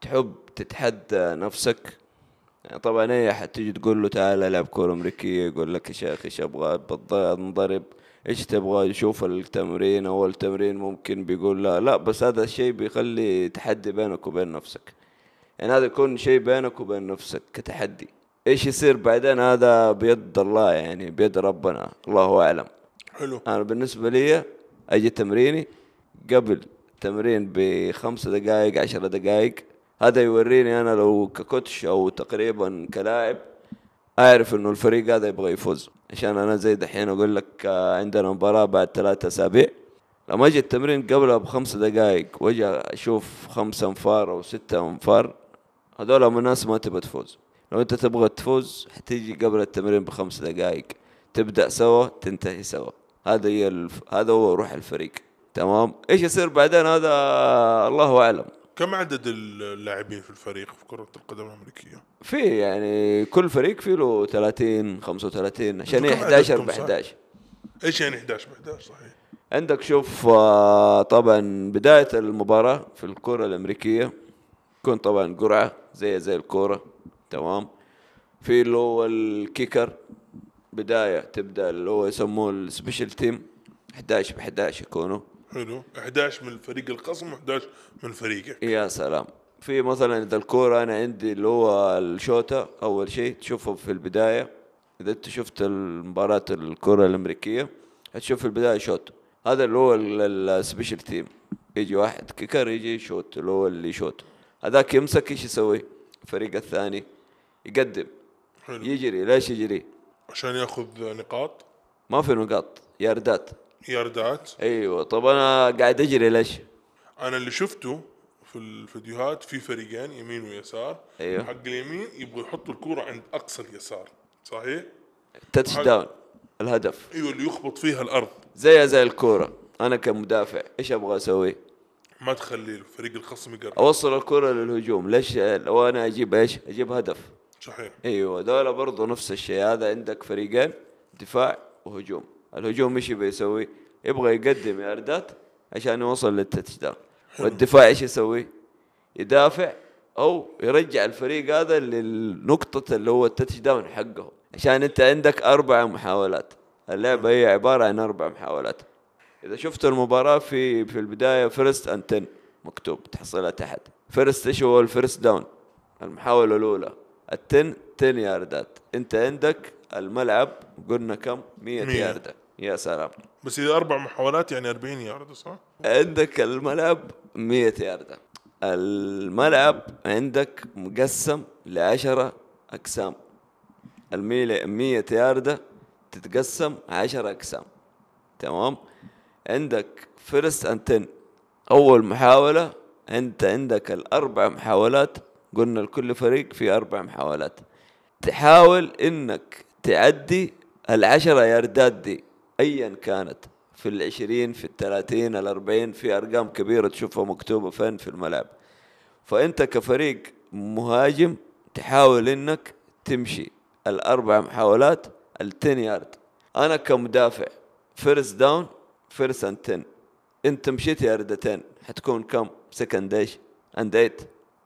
Speaker 3: تحب تتحدى نفسك يعني طبعا اي احد تجي تقول له تعال العب كوره امريكيه يقول لك يا شيخ ايش ابغى بض- انضرب ايش تبغى يشوف التمرين اول تمرين ممكن بيقول لا لا بس هذا الشيء بيخلي تحدي بينك وبين نفسك يعني هذا يكون شيء بينك وبين نفسك كتحدي ايش يصير بعدين هذا بيد الله يعني بيد ربنا الله اعلم
Speaker 1: حلو
Speaker 3: انا بالنسبه لي اجي تمريني قبل تمرين بخمس دقائق عشر دقائق هذا يوريني انا لو ككوتش او تقريبا كلاعب اعرف انه الفريق هذا يبغى يفوز عشان انا زي دحين اقول لك آه، عندنا مباراه بعد ثلاثة اسابيع لما اجي التمرين قبلها بخمس دقائق واجي اشوف خمسة انفار او ستة انفار هذول من الناس ما تبغى تفوز لو انت تبغى تفوز حتيجي قبل التمرين بخمس دقائق تبدا سوا تنتهي سوا هذا هي الف... هذا هو روح الفريق تمام ايش يصير بعدين هذا الله اعلم
Speaker 1: كم عدد اللاعبين في الفريق في كرة القدم الأمريكية؟
Speaker 3: في يعني كل فريق فيه له 30 35 عشان
Speaker 1: أنتوا
Speaker 3: هي
Speaker 1: كم
Speaker 3: 11 ب
Speaker 1: عددكم صح؟
Speaker 3: 11
Speaker 1: ايش يعني 11 ب 11 صحيح؟
Speaker 3: عندك شوف آه، طبعا بداية المباراة في الكرة الأمريكية يكون طبعا قرعة زي زي الكرة تمام في اللي هو الكيكر بداية تبدأ اللي هو يسموه السبيشال تيم 11 ب 11 يكونوا
Speaker 1: حلو 11 من فريق الخصم و11 من فريقك
Speaker 3: يا سلام في مثلا اذا الكوره انا عندي اللي هو الشوطه اول شيء تشوفه في البدايه اذا انت شفت مباراه الكره الامريكيه هتشوف في البدايه شوت هذا اللي هو ال- السبيشال تيم يجي واحد كيكر يجي يشوت اللي هو اللي يشوت هذاك يمسك ايش يسوي؟ الفريق الثاني يقدم
Speaker 1: حلو.
Speaker 3: يجري ليش يجري؟
Speaker 1: عشان ياخذ نقاط
Speaker 3: ما في نقاط ياردات
Speaker 1: ياردات
Speaker 3: ايوه طب انا قاعد اجري ليش؟
Speaker 1: انا اللي شفته في الفيديوهات في فريقين يمين ويسار
Speaker 3: أيوه.
Speaker 1: حق اليمين يبغوا يحطوا الكرة عند اقصى اليسار صحيح؟
Speaker 3: تاتش داون الهدف
Speaker 1: ايوه اللي يخبط فيها الارض
Speaker 3: زي زي الكورة أنا كمدافع إيش أبغى أسوي؟
Speaker 1: ما تخلي الفريق الخصم يقرب
Speaker 3: أوصل الكرة للهجوم ليش لو أنا أجيب إيش؟ أجيب هدف
Speaker 1: صحيح
Speaker 3: أيوة دولة برضو نفس الشيء هذا عندك فريقين دفاع وهجوم الهجوم إيش يبغى يسوي؟ يبغى يقدم ياردات عشان يوصل للتاتش داون والدفاع إيش يسوي؟ يدافع أو يرجع الفريق هذا للنقطة اللي هو التاتش داون حقه عشان انت عندك اربع محاولات اللعبه هي عباره عن اربع محاولات اذا شفت المباراه في في البدايه فيرست اند 10 مكتوب تحصلها تحت فيرست ايش هو الفيرست داون المحاوله الاولى التن 10 ياردات انت عندك الملعب قلنا كم 100
Speaker 1: 100.
Speaker 3: يارده يا سلام
Speaker 1: بس اذا اربع محاولات يعني 40 يارد صح؟
Speaker 3: عندك الملعب 100 ياردة الملعب عندك مقسم لعشرة أقسام الميلة 100 ياردة تتقسم عشرة أقسام تمام عندك فيرست أند 10 أول محاولة أنت عندك الأربع محاولات قلنا لكل فريق في أربع محاولات تحاول انك تعدي العشرة ياردات دي ايا كانت في العشرين في الثلاثين الاربعين في ارقام كبيرة تشوفها مكتوبة فين في الملعب فانت كفريق مهاجم تحاول انك تمشي الاربع محاولات التن يارد انا كمدافع فيرست داون فيرست اند 10 انت مشيت ياردتين حتكون كم سكند ايش اند 8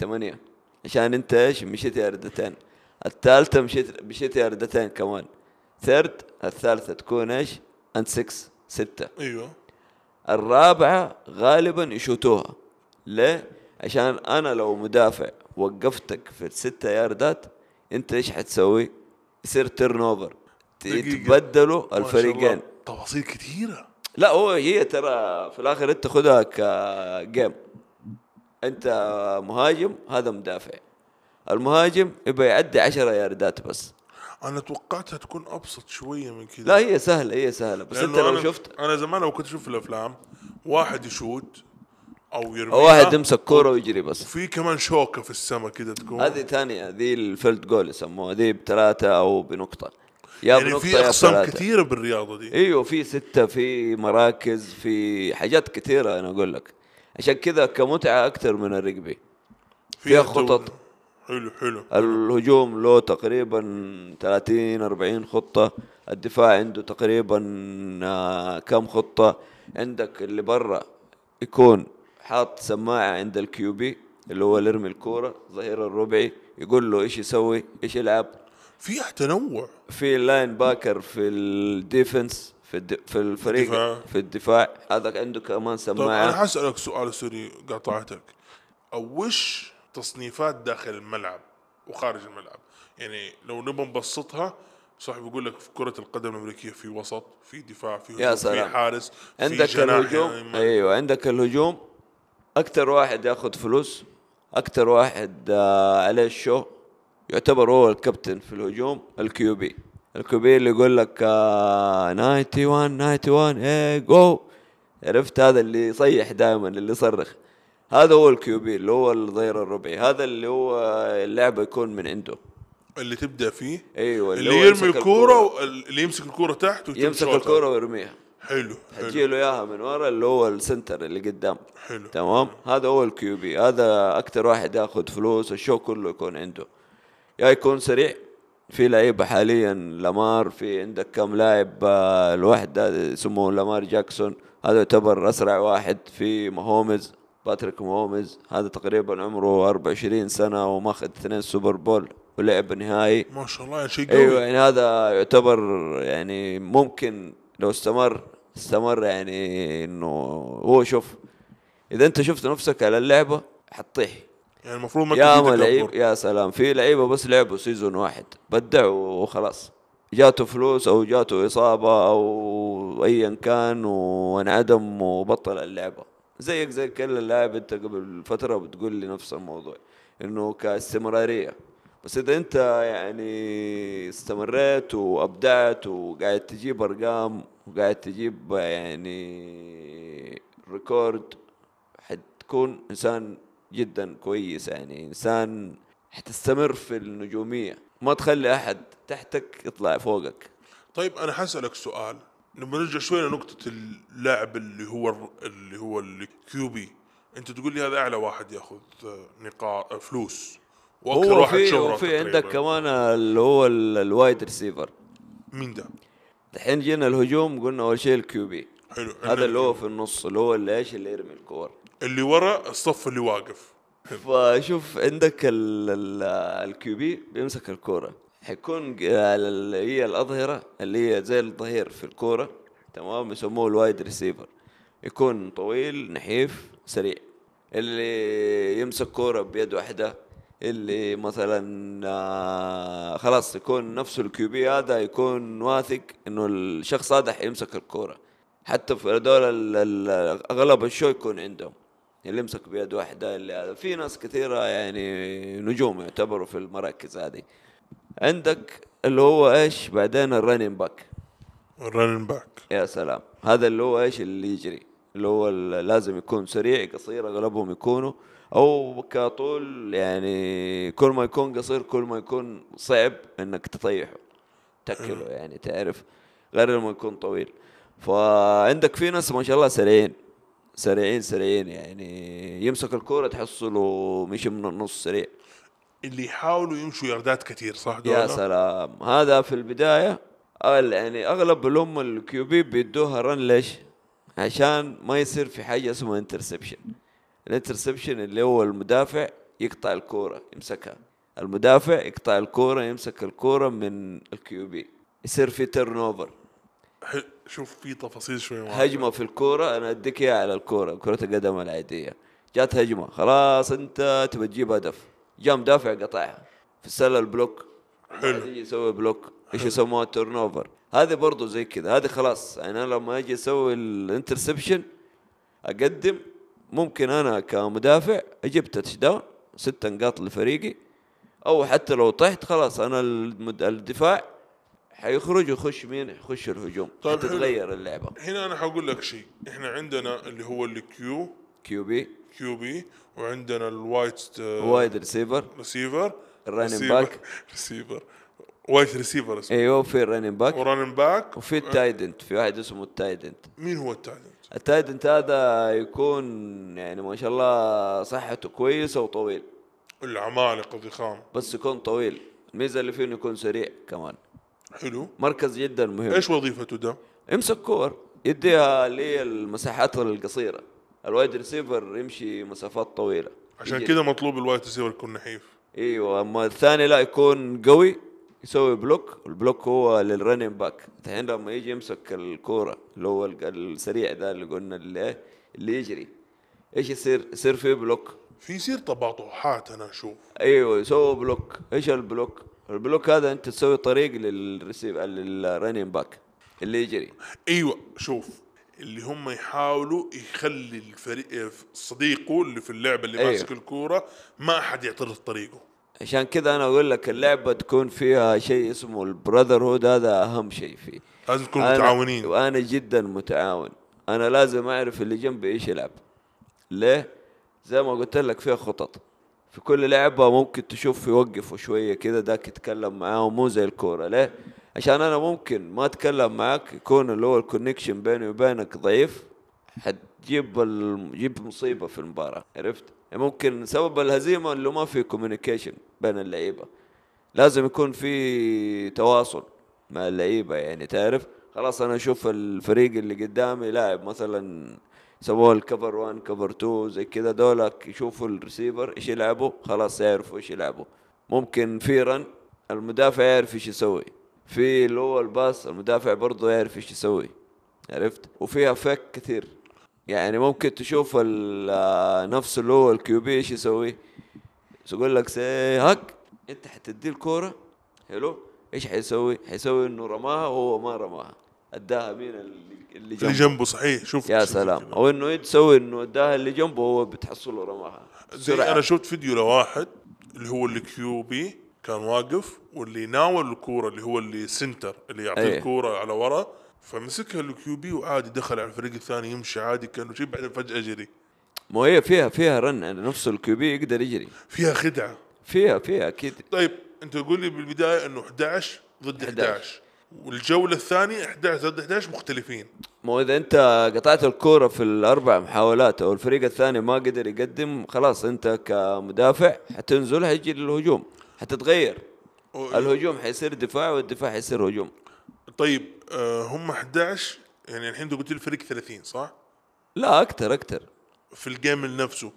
Speaker 3: ثمانية عشان انت ايش مشيت ياردتين الثالثة مشيت مشيت ياردتين كمان ثيرد الثالثة تكون ايش اند 6 ستة
Speaker 1: ايوه
Speaker 3: الرابعة غالبا يشوتوها ليه؟ عشان انا لو مدافع وقفتك في الستة ياردات انت ايش حتسوي؟ يصير تيرن اوفر
Speaker 1: دقيقة. ما
Speaker 3: يتبدلوا
Speaker 1: شاء
Speaker 3: الفريقين
Speaker 1: الله، تفاصيل كثيره
Speaker 3: لا هو هي ترى في الاخر انت خذها كجيم انت مهاجم هذا مدافع المهاجم يبقى يعدي 10 ياردات بس
Speaker 1: انا توقعتها تكون ابسط شويه من كذا
Speaker 3: لا هي سهله هي سهله بس انت
Speaker 1: لأنه
Speaker 3: لو
Speaker 1: أنا-
Speaker 3: شفت
Speaker 1: انا زمان لو كنت اشوف الافلام واحد يشوت او يرمي
Speaker 3: واحد يمسك كوره ويجري بس
Speaker 1: وفي كمان شوكه في السماء كذا تكون
Speaker 3: هذه ثانيه ذي الفيلد جول يسموها ذي بثلاثه او بنقطه يا
Speaker 1: يعني
Speaker 3: بنقطه
Speaker 1: في
Speaker 3: يا
Speaker 1: اقسام
Speaker 3: بثلاثه
Speaker 1: كثيره بالرياضه دي
Speaker 3: ايوه في ستة في مراكز في حاجات كثيرة انا اقول لك عشان كذا كمتعة اكثر من الرقبي فيها خطط. أه.
Speaker 1: حلو حلو
Speaker 3: الهجوم له تقريبا 30 40 خطة الدفاع عنده تقريبا آه، كم خطة عندك اللي برا يكون حاط سماعة عند الكيو بي اللي هو اللي يرمي الكورة ظهير الربعي يقول له ايش يسوي ايش يلعب
Speaker 1: في تنوع
Speaker 3: في لاين باكر في الديفنس في الد... في الفريق
Speaker 1: الدفاع.
Speaker 3: في الدفاع هذاك عنده كمان
Speaker 1: طب انا
Speaker 3: سماعة
Speaker 1: حاسالك سؤال سوري قطعتك او وش تصنيفات داخل الملعب وخارج الملعب يعني لو نبغى نبسطها صح بيقول لك في كرة القدم الأمريكية في وسط في دفاع في هجوم في
Speaker 3: سلام.
Speaker 1: حارس في
Speaker 3: عندك
Speaker 1: جناح
Speaker 3: الهجوم
Speaker 1: يعني
Speaker 3: ايوه عندك الهجوم اكثر واحد ياخذ فلوس اكثر واحد آه عليه الشو يعتبر هو الكابتن في الهجوم الكيو بي الكيو بي اللي يقول لك آه 91 91 ايه جو عرفت هذا اللي يصيح دائما اللي يصرخ هذا هو الكيو بي اللي هو الظهير الربعي هذا اللي هو اللعبه يكون من عنده
Speaker 1: اللي تبدأ فيه
Speaker 3: ايوه
Speaker 1: اللي,
Speaker 3: هو
Speaker 1: يرمي
Speaker 3: يمسك
Speaker 1: الكورة واللي يمسك الكورة تحت ويتم
Speaker 3: يمسك
Speaker 1: شوطها.
Speaker 3: الكوره ويرميها
Speaker 1: حلو حلو
Speaker 3: تجيله اياها من ورا اللي هو السنتر اللي قدام
Speaker 1: حلو
Speaker 3: تمام هذا هو الكيو بي هذا اكثر واحد ياخذ فلوس الشو كله يكون عنده يا يكون سريع في لعيبه حاليا لامار في عندك كم لاعب آه، الواحد ده اسمه لامار جاكسون هذا يعتبر اسرع واحد في مهومز باتريك مهومز هذا تقريبا عمره 24 سنه وماخذ اثنين سوبر بول ولعب نهائي
Speaker 1: ما شاء الله يعني شيء قوي
Speaker 3: ايوه يعني هذا يعتبر يعني ممكن لو استمر استمر يعني انه هو شوف اذا انت شفت نفسك على اللعبه حتطيح
Speaker 1: يعني المفروض ما
Speaker 3: يا
Speaker 1: تكون
Speaker 3: ما لعيب
Speaker 1: تكبر
Speaker 3: يا سلام في لعيبه بس لعبوا سيزون واحد بدعوا وخلاص جاته فلوس او جاته اصابه او ايا كان وانعدم وبطل اللعبه زيك زي كل اللاعب انت قبل فتره بتقول لي نفس الموضوع انه كاستمراريه بس اذا انت يعني استمريت وابدعت وقاعد تجيب ارقام وقاعد تجيب يعني ريكورد حتكون انسان جدا كويس يعني انسان حتستمر في النجوميه ما تخلي احد تحتك يطلع فوقك
Speaker 1: طيب انا حاسالك سؤال لما نرجع شوي لنقطة اللاعب اللي هو الر- اللي هو الكيوبي انت تقول لي هذا اعلى واحد ياخذ نقاط آه، فلوس واكثر
Speaker 3: هو
Speaker 1: واحد
Speaker 3: في
Speaker 1: شهرة
Speaker 3: وفي
Speaker 1: تقريباً.
Speaker 3: عندك كمان اللي هو ال- الوايد ريسيفر
Speaker 1: مين ده؟
Speaker 3: الحين جينا الهجوم قلنا اول شيء الكيو بي
Speaker 1: حلو عندنا
Speaker 3: هذا اللي هو في النص اللي هو اللي ايش اللي يرمي الكور
Speaker 1: اللي ورا الصف اللي واقف
Speaker 3: فشوف عندك ال- ال- الكيو بي بيمسك الكوره حيكون على ال- هي الاظهره اللي هي زي الظهير في الكوره تمام يسموه الوايد ريسيفر يكون طويل نحيف سريع اللي يمسك كوره بيد واحده اللي مثلا آه، خلاص يكون نفسه الكيوبي هذا يكون واثق انه الشخص هذا حيمسك الكوره حتى في هذول ال- ال- اغلب الشو يكون عندهم اللي يمسك بيد واحده اللي هذا. في ناس كثيره يعني نجوم يعتبروا في المراكز هذه عندك اللي هو ايش بعدين الرنين باك
Speaker 1: الرنن باك
Speaker 3: يا سلام هذا اللي هو ايش اللي يجري اللي هو ال- لازم يكون سريع قصير اغلبهم يكونوا او كطول يعني كل ما يكون قصير كل ما يكون صعب انك تطيحه تاكله يعني تعرف غير لما يكون طويل فعندك في ناس ما شاء الله سريعين سريعين سريعين يعني يمسك الكوره تحصله له مش من النص سريع
Speaker 1: اللي يحاولوا يمشوا ياردات كثير صح دول؟
Speaker 3: يا سلام هذا في البدايه ال- يعني اغلب الام الكيوبي بيدوها رن ليش؟ عشان ما يصير في حاجه اسمها انترسبشن الانترسبشن اللي هو المدافع يقطع الكوره يمسكها المدافع يقطع الكوره يمسك الكوره من الكيوبي يصير في تيرن اوفر
Speaker 1: ح- شوف في تفاصيل شوي معاك.
Speaker 3: هجمه في الكوره انا اديك اياها على الكوره كره القدم العاديه جات هجمه خلاص انت تبى تجيب هدف جاء مدافع قطعها في السله البلوك
Speaker 1: حلو.
Speaker 3: يجي يسوي بلوك ايش يسموها تيرن اوفر هذه برضه زي كذا هذه خلاص انا لما اجي اسوي الانترسبشن اقدم ممكن انا كمدافع اجيب تاتش داون ست نقاط لفريقي او حتى لو طحت خلاص انا المد- الدفاع حيخرج ويخش مين؟ يخش الهجوم
Speaker 1: طيب حلو.
Speaker 3: حتتغير اللعبه
Speaker 1: هنا انا حقول لك شيء احنا عندنا اللي هو الكيو
Speaker 3: كيو بي
Speaker 1: كيو بي وعندنا آه، الوايت
Speaker 3: وايد ريسيفر
Speaker 1: ريسيفر
Speaker 3: الرننج
Speaker 1: ريسيفر-
Speaker 3: باك.
Speaker 1: ريسيفر وايت ريسيفر اسمه
Speaker 3: ايوه في الرننج باك
Speaker 1: ورنن باك
Speaker 3: وفي التايدنت في واحد اسمه التايدنت
Speaker 1: مين هو التالنت؟
Speaker 3: التايدنت هذا يكون يعني ما شاء الله صحته كويسه وطويل
Speaker 1: العمالقه الضخام
Speaker 3: بس يكون طويل الميزه اللي فيه انه يكون سريع كمان
Speaker 1: حلو
Speaker 3: مركز جدا مهم
Speaker 1: ايش وظيفته ده؟
Speaker 3: يمسك كور يديها اللي هي المساحات القصيره الوايد ريسيفر يمشي مسافات طويله
Speaker 1: عشان
Speaker 3: يجي-
Speaker 1: كذا مطلوب الوايت ريسيفر يكون نحيف
Speaker 3: ايوه اما الثاني لا يكون قوي يسوي بلوك البلوك هو للرنين باك الحين لما يجي يمسك الكوره اللي هو الق- السريع ذا اللي قلنا اللي, إيه؟ اللي يجري ايش يصير؟ يصير فيه بلوك
Speaker 1: في يصير تباطؤات انا اشوف
Speaker 3: ايوه يسوي بلوك ايش البلوك؟ البلوك هذا انت تسوي طريق للريسيف للرنين باك اللي يجري
Speaker 1: ايوه شوف اللي هم يحاولوا يخلي الفريق آه، صديقه اللي في اللعبه اللي
Speaker 3: أيوة.
Speaker 1: أيوه. ماسك الكوره ما احد يعترض طريقه
Speaker 3: عشان كذا انا اقول لك اللعبه تكون فيها شيء اسمه البراذر هود هذا اهم شيء فيه
Speaker 1: لازم تكونوا
Speaker 3: أنا-
Speaker 1: متعاونين
Speaker 3: وانا جدا متعاون انا لازم اعرف اللي جنبي ايش يلعب ليه زي ما قلت لك فيها خطط في كل لعبه ممكن تشوف يوقفوا شويه كذا داك يتكلم معاه ومو زي الكوره ليه عشان انا ممكن ما اتكلم معاك يكون اللي هو الكونكشن بيني وبينك ضعيف حتجيب ال... جيب مصيبه في المباراه عرفت يعني ممكن سبب الهزيمه اللي ما في كوميونيكيشن بين اللعيبه لازم يكون في تواصل مع اللعيبه يعني تعرف خلاص انا اشوف الفريق اللي قدامي لاعب مثلا سووا الكفر 1 كفر 2 زي كذا دولك يشوفوا الريسيفر ايش يلعبوا خلاص يعرفوا ايش يلعبوا ممكن في رن المدافع يعرف ايش يسوي في اللي هو الباس المدافع برضه يعرف ايش يسوي عرفت وفيها فك كثير يعني ممكن تشوف ال- آه، نفس اللي هو الكيوبي ايش يسوي بس يقول لك سي هك انت حتدي الكوره حلو ايش حيسوي؟ حيسوي انه رماها وهو ما رماها اداها مين اللي اللي
Speaker 1: اللي
Speaker 3: جنبه
Speaker 1: جنبه صحيح شوف
Speaker 3: يا
Speaker 1: شوف
Speaker 3: سلام
Speaker 1: كده.
Speaker 3: او انه يسوي انه اداها اللي جنبه وهو بتحصله رماها
Speaker 1: زي انا شفت فيديو لواحد اللي هو اللي كيو بي كان واقف واللي يناول الكوره اللي هو اللي سنتر اللي يعطيه
Speaker 3: أيه.
Speaker 1: أيه. الكوره على ورا فمسكها الكيو بي وعادي دخل على الفريق الثاني يمشي عادي كانه شيء بعدين فجاه جري
Speaker 3: ما هي فيها فيها رن يعني نفسه الكيوبي يقدر يجري
Speaker 1: فيها خدعه
Speaker 3: فيها فيها اكيد
Speaker 1: طيب انت تقول لي بالبدايه انه 11 ضد
Speaker 3: 11.
Speaker 1: 11 والجوله الثانيه 11 ضد 11 مختلفين
Speaker 3: ما هو اذا انت قطعت الكوره في الاربع محاولات او الفريق الثاني ما قدر يقدم خلاص انت كمدافع حتنزل حيجي للهجوم حتتغير
Speaker 1: أو-
Speaker 3: الهجوم حيصير دفاع والدفاع حيصير هجوم
Speaker 1: طيب آه هم 11 يعني الحين انت قلت لي الفريق 30 صح؟
Speaker 3: لا اكثر اكثر
Speaker 1: في الجيم نفسه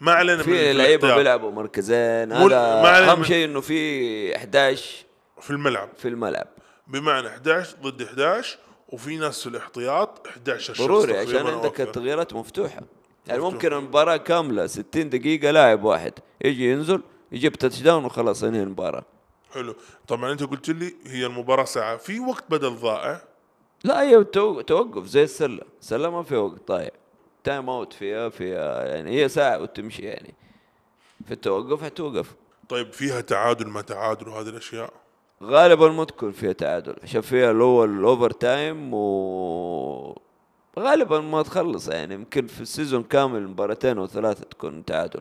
Speaker 1: ما علينا من
Speaker 3: في لعيبه
Speaker 1: الإقدام.
Speaker 3: بيلعبوا مركزين
Speaker 1: مو- ما
Speaker 3: هذا
Speaker 1: علينا
Speaker 3: اهم
Speaker 1: من-
Speaker 3: شيء انه في 11
Speaker 1: في الملعب
Speaker 3: في الملعب
Speaker 1: بمعنى 11 ضد 11 وفي ناس في الاحتياط 11 شخص
Speaker 3: ضروري عشان
Speaker 1: تقريباً
Speaker 3: عندك
Speaker 1: واقفة.
Speaker 3: التغييرات مفتوحه يعني
Speaker 1: مفتوحة.
Speaker 3: ممكن المباراه كامله 60 دقيقه لاعب واحد يجي ينزل يجيب تاتش داون وخلاص انهي المباراه
Speaker 1: حلو طبعا انت قلت لي هي المباراه ساعه في وقت بدل ضائع
Speaker 3: لا هي تو- توقف زي السله السله ما في وقت ضايع تايم اوت فيها فيها يعني هي ساعه وتمشي يعني في التوقف حتوقف
Speaker 1: طيب فيها تعادل ما تعادل وهذه الاشياء
Speaker 3: غالبا ما تكون فيها تعادل عشان فيها اللي هو الاوفر تايم و غالبا ما تخلص يعني يمكن في السيزون كامل مباراتين او ثلاثه تكون تعادل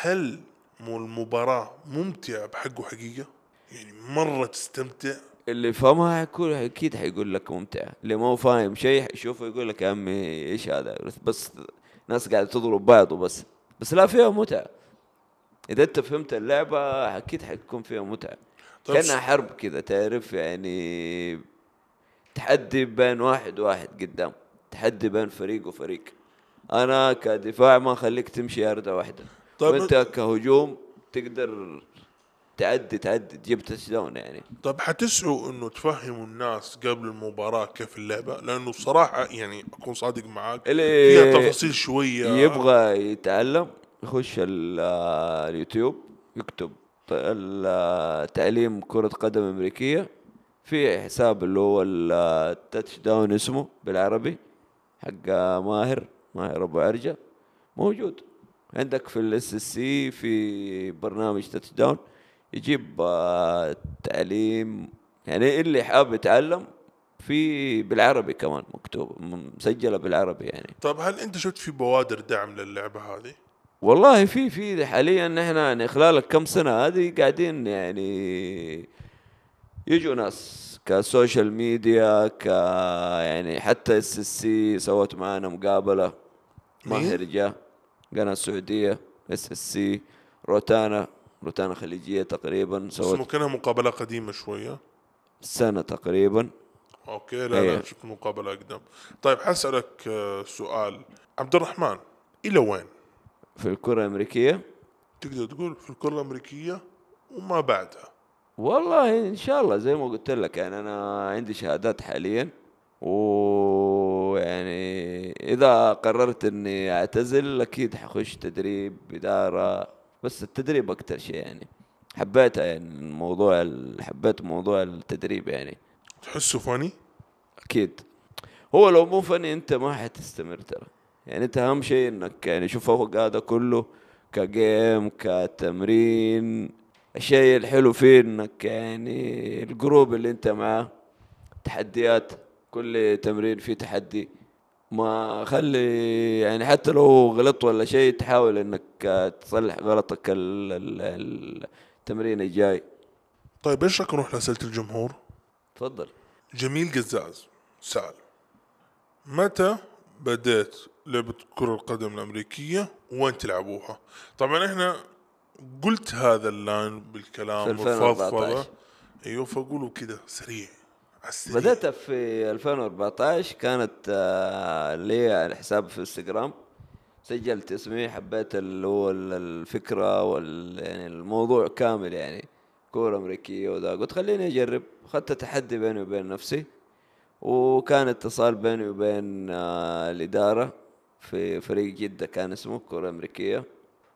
Speaker 1: هل مو المباراه ممتعه بحقه حقيقه يعني مره تستمتع
Speaker 3: اللي فهمها حيكون اكيد حيقول لك ممتعه اللي ما هو فاهم شيء حيشوفه يقول لك يا عمي ايش هذا بس ناس قاعده تضرب بعض وبس بس لا فيها متعه اذا انت فهمت اللعبه اكيد حتكون فيها متعه
Speaker 1: طيب
Speaker 3: كانها
Speaker 1: س-
Speaker 3: حرب كذا تعرف يعني تحدي بين واحد وواحد قدام تحدي بين فريق وفريق انا كدفاع ما اخليك تمشي يارده واحده
Speaker 1: طيب-
Speaker 3: وانت كهجوم تقدر تعدي تعدي تجيب تاتش داون يعني
Speaker 1: طب طيب حتسعوا انه تفهموا الناس قبل المباراه كيف اللعبه لانه بصراحه يعني اكون صادق معاك
Speaker 3: اللي-
Speaker 1: فيها تفاصيل شويه
Speaker 3: يبغى يتعلم يخش ال- آه، اليوتيوب يكتب ط- ال- آه، تعليم كرة قدم أمريكية في حساب اللي هو التاتش داون اسمه بالعربي حق آه، ماهر ماهر أبو عرجة موجود عندك في الاس اس سي في برنامج تاتش داون يجيب آه، تعليم يعني اللي حاب يتعلم في بالعربي كمان مكتوب مسجلة بالعربي يعني
Speaker 1: طب طيب هل انت شفت في بوادر دعم للعبه هذه؟
Speaker 3: والله في في حاليا احنا يعني خلال كم سنه هذه قاعدين يعني يجوا ناس كسوشيال ميديا ك يعني حتى اس اس سي سوت معانا مقابله ماهر جاء قناه سعوديه اس اس سي روتانا روتانا خليجيه تقريبا
Speaker 1: بس
Speaker 3: سوت
Speaker 1: ممكنها مقابله قديمه شويه
Speaker 3: سنه تقريبا
Speaker 1: اوكي لا لا
Speaker 3: إيه.
Speaker 1: شفت مقابله اقدم طيب حسألك آه، سؤال عبد الرحمن الى وين؟
Speaker 3: في الكره الامريكيه
Speaker 1: تقدر تقول في الكره الامريكيه وما بعدها
Speaker 3: والله ان شاء الله زي ما قلت لك يعني انا عندي شهادات حاليا ويعني اذا قررت اني اعتزل اكيد حخش تدريب اداره بس التدريب اكتر شيء يعني حبيت يعني الموضوع ال- حبيت موضوع التدريب يعني
Speaker 1: تحسه فاني؟
Speaker 3: اكيد هو لو مو فني انت ما حتستمر ترى يعني انت اهم شيء انك يعني شوف فوق هذا كله كجيم كتمرين الشيء الحلو فيه انك يعني الجروب اللي انت معاه تحديات كل تمرين فيه تحدي ما خلي يعني حتى لو غلطت ولا شيء تحاول انك تصلح غلطك ال- ال- ال- التمرين الجاي
Speaker 1: طيب ايش رايك نروح لاسئله الجمهور؟
Speaker 3: تفضل
Speaker 1: جميل قزاز سأل متى بدأت لعبة كرة القدم الأمريكية وين تلعبوها؟ طبعا احنا قلت هذا اللاين
Speaker 3: في
Speaker 1: بالكلام
Speaker 3: 2014.
Speaker 1: والفضفضة ايوه فقولوا كده سريع على السريع.
Speaker 3: بدأت في 2014 كانت آه، لي الحساب في انستغرام سجلت اسمي حبيت اللي هو ال- الفكرة وال يعني الموضوع كامل يعني كورة أمريكية وذا قلت خليني أجرب أخذت تحدي بيني وبين نفسي وكان اتصال بيني وبين آه، الإدارة في فريق جدة كان اسمه كورة أمريكية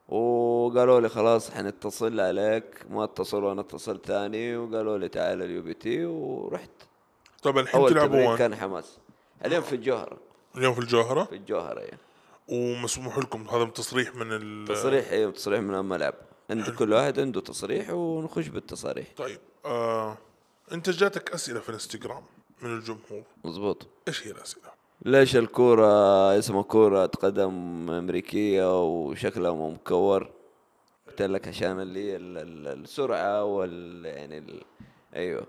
Speaker 3: وقالوا لي خلاص حنتصل عليك ما اتصلوا أنا اتصلت ثاني وقالوا لي تعال اليو بي تي ورحت
Speaker 1: طبعا الحين
Speaker 3: اول
Speaker 1: تلعبوا
Speaker 3: تمرين
Speaker 1: وين؟
Speaker 3: كان حماس اليوم في الجوهره
Speaker 1: اليوم في الجوهرة
Speaker 3: في الجوهره يعني
Speaker 1: ومسموح لكم هذا تصريح من ال
Speaker 3: تصريح ايه تصريح من الملعب عند كل واحد عنده تصريح ونخش بالتصاريح
Speaker 1: طيب آه انت جاتك أسئلة في الانستغرام من الجمهور
Speaker 3: مزبوط
Speaker 1: ايش هي الأسئلة؟
Speaker 3: ليش الكورة اسمها كورة قدم أمريكية وشكلها مو مكور قلت لك عشان اللي هي ال- ال- السرعة وال يعني ال... أيوه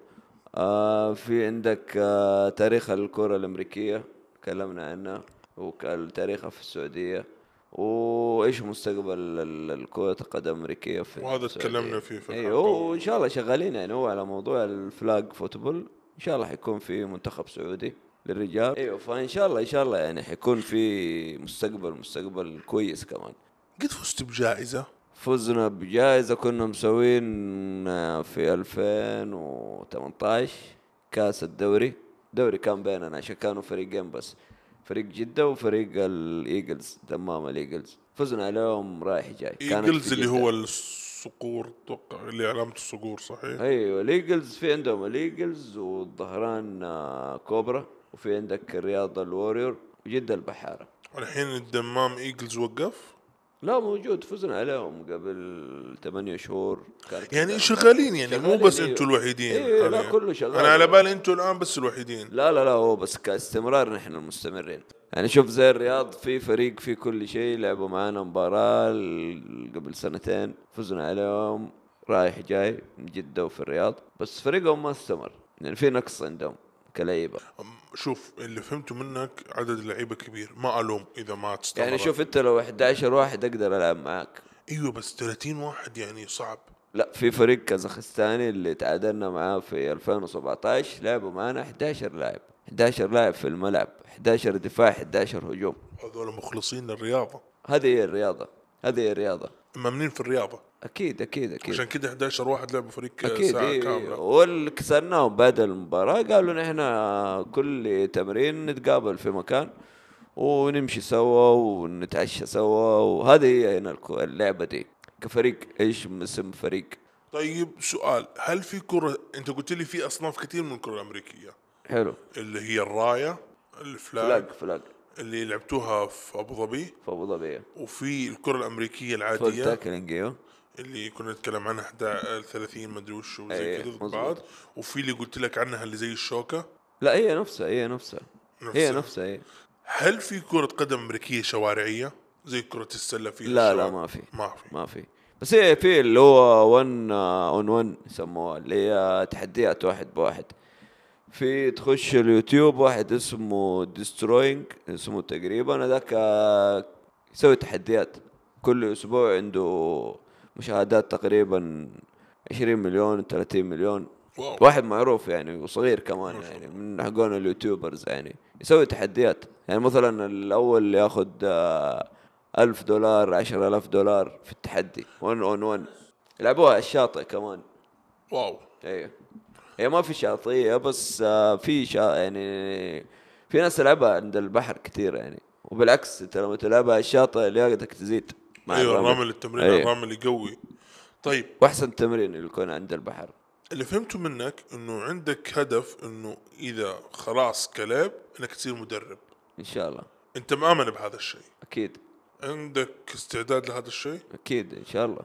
Speaker 3: آه في عندك آه تاريخ الكرة الأمريكية تكلمنا عنها وتاريخها في السعودية وإيش مستقبل ال- ال- كرة القدم الأمريكية في
Speaker 1: وهذا
Speaker 3: السعودية.
Speaker 1: تكلمنا فيه في
Speaker 3: أيوه
Speaker 1: الحلقة.
Speaker 3: وإن شاء الله شغالين يعني هو على موضوع الفلاج فوتبول إن شاء الله حيكون في منتخب سعودي للرجال ايوه فان شاء الله ان شاء الله يعني حيكون في مستقبل مستقبل كويس كمان
Speaker 1: قد فزت بجائزة
Speaker 3: فزنا بجائزة كنا مسوين في 2018 كاس الدوري دوري كان بيننا عشان كانوا فريقين بس فريق جدة وفريق الايجلز دمام الايجلز فزنا عليهم رايح جاي كانت في
Speaker 1: ايجلز اللي
Speaker 3: جدة.
Speaker 1: هو الصقور اتوقع اللي علامه الصقور صحيح
Speaker 3: ايوه الايجلز في عندهم الايجلز والظهران آه، كوبرا وفي عندك الرياض الوريور وجدة البحارة
Speaker 1: الحين الدمام ايجلز وقف
Speaker 3: لا موجود فزنا عليهم قبل ثمانية شهور كانت
Speaker 1: يعني
Speaker 3: عندنا-
Speaker 1: شغالين يعني مو
Speaker 3: شغالين،
Speaker 1: بس
Speaker 3: أيوة.
Speaker 1: انتم الوحيدين
Speaker 3: إيه، لا،
Speaker 1: حالياً.
Speaker 3: كله شغال.
Speaker 1: انا على بالي انتم الان بس الوحيدين
Speaker 3: لا لا لا هو بس كاستمرار نحن المستمرين يعني شوف زي الرياض في فريق في كل شيء لعبوا معانا مباراة ال- قبل سنتين فزنا عليهم رايح جاي من جدة وفي الرياض بس فريقهم ما استمر يعني في نقص عندهم كلعيبة
Speaker 1: أم- شوف اللي فهمته منك عدد اللعيبه كبير ما الوم اذا ما تستمر
Speaker 3: يعني شوف انت لو 11 واحد اقدر العب معاك
Speaker 1: ايوه بس 30 واحد يعني صعب
Speaker 3: لا في فريق كازاخستاني اللي تعادلنا معاه في 2017 لعبوا معانا 11 لاعب 11 لاعب في الملعب 11 دفاع 11 هجوم
Speaker 1: هذول مخلصين للرياضه
Speaker 3: هذه هي الرياضة هذه هي الرياضة
Speaker 1: مامنين في الرياضه
Speaker 3: اكيد اكيد اكيد
Speaker 1: عشان كده 11 واحد لعبوا فريق
Speaker 3: اكيد
Speaker 1: ساعه
Speaker 3: إيه.
Speaker 1: كامله
Speaker 3: واللي كسرناهم بعد المباراه قالوا نحن كل تمرين نتقابل في مكان ونمشي سوا ونتعشى سوا وهذه هي هنا الكو- اللعبه دي كفريق ايش اسم فريق
Speaker 1: طيب سؤال هل في كره انت قلت لي في اصناف كثير من الكره الامريكيه
Speaker 3: حلو
Speaker 1: اللي هي الرايه الفلاج
Speaker 3: فلاج فلاج
Speaker 1: اللي لعبتوها في ابو ظبي
Speaker 3: في ابو ظبي
Speaker 1: وفي الكره الامريكيه
Speaker 3: فول
Speaker 1: العاديه
Speaker 3: تاكلينج ايوه
Speaker 1: اللي كنا نتكلم عنها 11 30 مدري وش وزي
Speaker 3: إيه،
Speaker 1: كذا ضد
Speaker 3: مظبوط.
Speaker 1: بعض وفي اللي قلت لك عنها اللي زي الشوكه
Speaker 3: لا هي نفسها هي نفسها هي
Speaker 1: نفسها.
Speaker 3: نفسها هي
Speaker 1: هل في كره قدم امريكيه شوارعيه زي كره السله فيها
Speaker 3: لا لا
Speaker 1: شوارع؟
Speaker 3: ما في
Speaker 1: ما في
Speaker 3: ما في بس هي في اللي هو 1 اون 1 يسموها اللي هي تحديات واحد بواحد في تخش اليوتيوب واحد اسمه ديستروينج اسمه تقريبا هذاك آه، يسوي تحديات كل اسبوع عنده مشاهدات تقريبا 20 مليون 30 مليون
Speaker 1: واو.
Speaker 3: واحد معروف يعني وصغير كمان يعني من حقون اليوتيوبرز يعني يسوي تحديات يعني مثلا الاول ياخذ آه، ألف دولار عشرة ألاف دولار في التحدي 1 اون 1 يلعبوها على الشاطئ كمان
Speaker 1: واو
Speaker 3: ايوه هي ما في شاطئيه بس آه، في شا يعني في ناس تلعبها عند البحر كثير يعني وبالعكس انت لما تلعبها على الشاطئ لياقتك تزيد مع
Speaker 1: ايوه الرمل التمرين
Speaker 3: أيوة.
Speaker 1: الرمل يقوي طيب
Speaker 3: واحسن تمرين اللي يكون عند البحر
Speaker 1: اللي فهمته منك انه عندك هدف انه اذا خلاص كلاب انك تصير مدرب
Speaker 3: ان شاء الله
Speaker 1: انت مآمن بهذا الشيء
Speaker 3: اكيد
Speaker 1: عندك استعداد لهذا الشيء
Speaker 3: اكيد ان شاء الله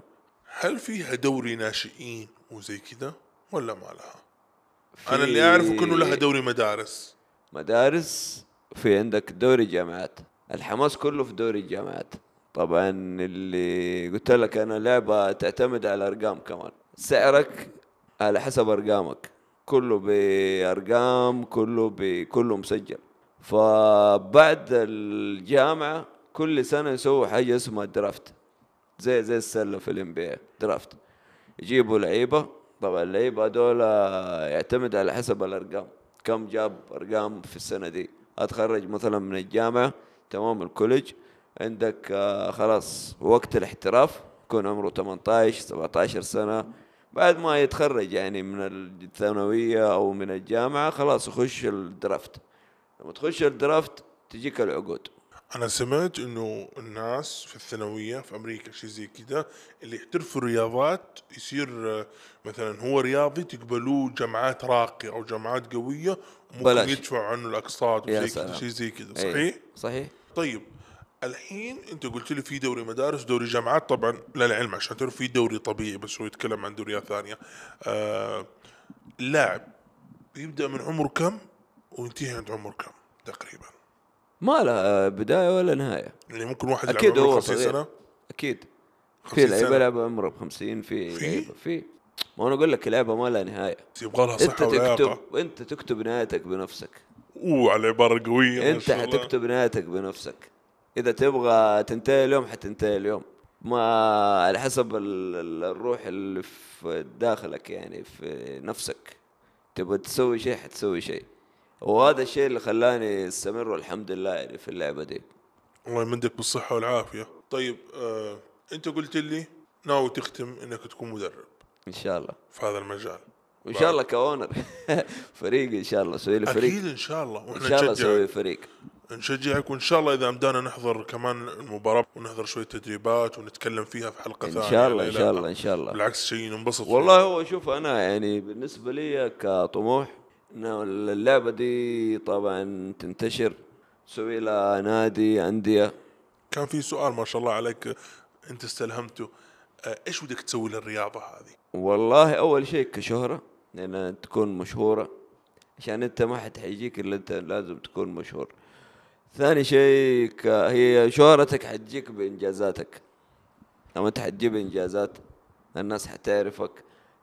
Speaker 1: هل فيها دوري ناشئين وزي كذا ولا ما لها
Speaker 3: في
Speaker 1: انا اللي اعرفه كأنه لها دوري مدارس
Speaker 3: مدارس في عندك دوري جامعات الحماس كله في دوري الجامعات طبعا اللي قلت لك انا لعبه تعتمد على ارقام كمان سعرك على حسب ارقامك كله بارقام كله بكله مسجل فبعد الجامعه كل سنه يسووا حاجه اسمها درافت زي زي السله في الام بي درافت يجيبوا لعيبه طبعا اللعيبه هذول يعتمد على حسب الارقام كم جاب ارقام في السنه دي اتخرج مثلا من الجامعه تمام الكوليج عندك آه، خلاص وقت الاحتراف يكون عمره 18 17 سنه بعد ما يتخرج يعني من الثانويه او من الجامعه خلاص يخش الدرافت لما تخش الدرافت تجيك العقود
Speaker 1: انا سمعت انه الناس في الثانويه في امريكا شيء زي كذا اللي يحترفوا الرياضات يصير آه، مثلا هو رياضي تقبلوه جامعات راقيه او جامعات قويه وممكن
Speaker 3: بلاش.
Speaker 1: يدفعوا عنه الاقساط
Speaker 3: يا
Speaker 1: وزي كذا
Speaker 3: سلام.
Speaker 1: شيء زي كذا
Speaker 3: إيه،
Speaker 1: صحيح؟
Speaker 3: صحيح
Speaker 1: طيب الحين انت قلت لي في دوري مدارس دوري جامعات طبعا للعلم عشان تعرف في دوري طبيعي بس هو يتكلم عن دوريات ثانيه آه لاعب يبدا من عمره كم وينتهي عند عمر كم تقريبا
Speaker 3: ما لها بدايه ولا نهايه
Speaker 1: يعني ممكن واحد يلعب
Speaker 3: اكيد
Speaker 1: عمره
Speaker 3: هو
Speaker 1: 50
Speaker 3: صغير
Speaker 1: سنه
Speaker 3: اكيد
Speaker 1: 50
Speaker 3: في لعيبه
Speaker 1: سنة.
Speaker 3: يلعب عمره ب 50 في
Speaker 1: في؟
Speaker 3: لعيبه في ما انا اقول لك لعبه ما لها نهايه
Speaker 1: يبغى لها
Speaker 3: انت
Speaker 1: صحه ولياقه
Speaker 3: تكتب انت تكتب نهايتك بنفسك
Speaker 1: اوه على عباره قويه ما
Speaker 3: انت
Speaker 1: شاء الله.
Speaker 3: حتكتب نهايتك بنفسك اذا تبغى تنتهي اليوم حتنتهي اليوم ما على حسب ال- ال- الروح اللي في داخلك يعني في نفسك تبغى تسوي شيء حتسوي شيء وهذا الشيء اللي خلاني استمر الحمد لله يعني في اللعبه دي
Speaker 1: الله يمدك بالصحه والعافيه طيب آه انت قلت لي ناوي تختم انك تكون مدرب
Speaker 3: ان شاء الله
Speaker 1: في هذا المجال
Speaker 3: وان شاء الله كاونر فريق ان شاء الله سوي لي فريق
Speaker 1: اكيد ان شاء الله
Speaker 3: ان
Speaker 1: واحنا
Speaker 3: شاء الله اسوي
Speaker 1: نشجعك
Speaker 3: فريق
Speaker 1: نشجعك وان شاء الله اذا امدانا نحضر كمان المباراه ونحضر شويه تدريبات ونتكلم فيها في حلقه
Speaker 3: ان
Speaker 1: ثانيه
Speaker 3: شاء الله
Speaker 1: لا
Speaker 3: ان
Speaker 1: لا.
Speaker 3: شاء الله ان شاء الله
Speaker 1: بالعكس شيء ننبسط فيه.
Speaker 3: والله هو شوف انا يعني بالنسبه لي كطموح انه اللعبه دي طبعا تنتشر تسوي لها نادي انديه
Speaker 1: كان في سؤال ما شاء الله عليك انت استلهمته آه، ايش ودك تسوي للرياضه هذه؟
Speaker 3: والله اول شيء كشهره لان تكون مشهوره عشان انت ما حد حيجيك الا انت لازم تكون مشهور ثاني شيء ك- هي شهرتك حتجيك بانجازاتك لما انت حتجيب انجازات الناس حتعرفك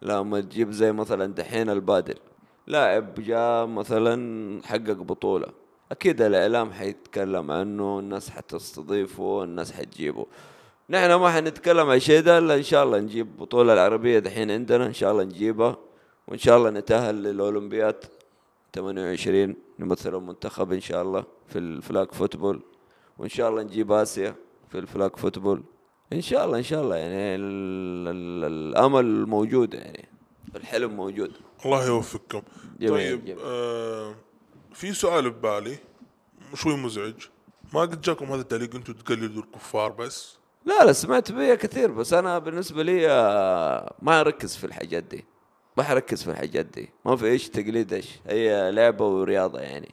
Speaker 3: لما تجيب زي مثلا دحين البادل لاعب جاء مثلا حقق بطولة اكيد الاعلام حيتكلم عنه الناس حتستضيفه الناس حتجيبه نحن ما حنتكلم عن شيء ده الا ان شاء الله نجيب بطولة العربية دحين عندنا ان شاء الله نجيبها وان شاء الله نتأهل للاولمبياد 28 نمثل المنتخب ان شاء الله في الفلاك فوتبول وان شاء الله نجيب اسيا في الفلاك فوتبول ان شاء الله ان شاء الله يعني ال- ال- الامل موجود يعني الحلم موجود
Speaker 1: الله يوفقكم
Speaker 3: جميل،
Speaker 1: طيب
Speaker 3: جميل.
Speaker 1: آه في سؤال ببالي شوي مزعج ما قد جاكم هذا التعليق انتم تقلدوا الكفار بس
Speaker 3: لا لا سمعت بيها كثير بس انا بالنسبه لي آه، ما اركز في الحاجات دي ما حركز في الحاجات دي ما في ايش تقليد ايش هي لعبه ورياضه يعني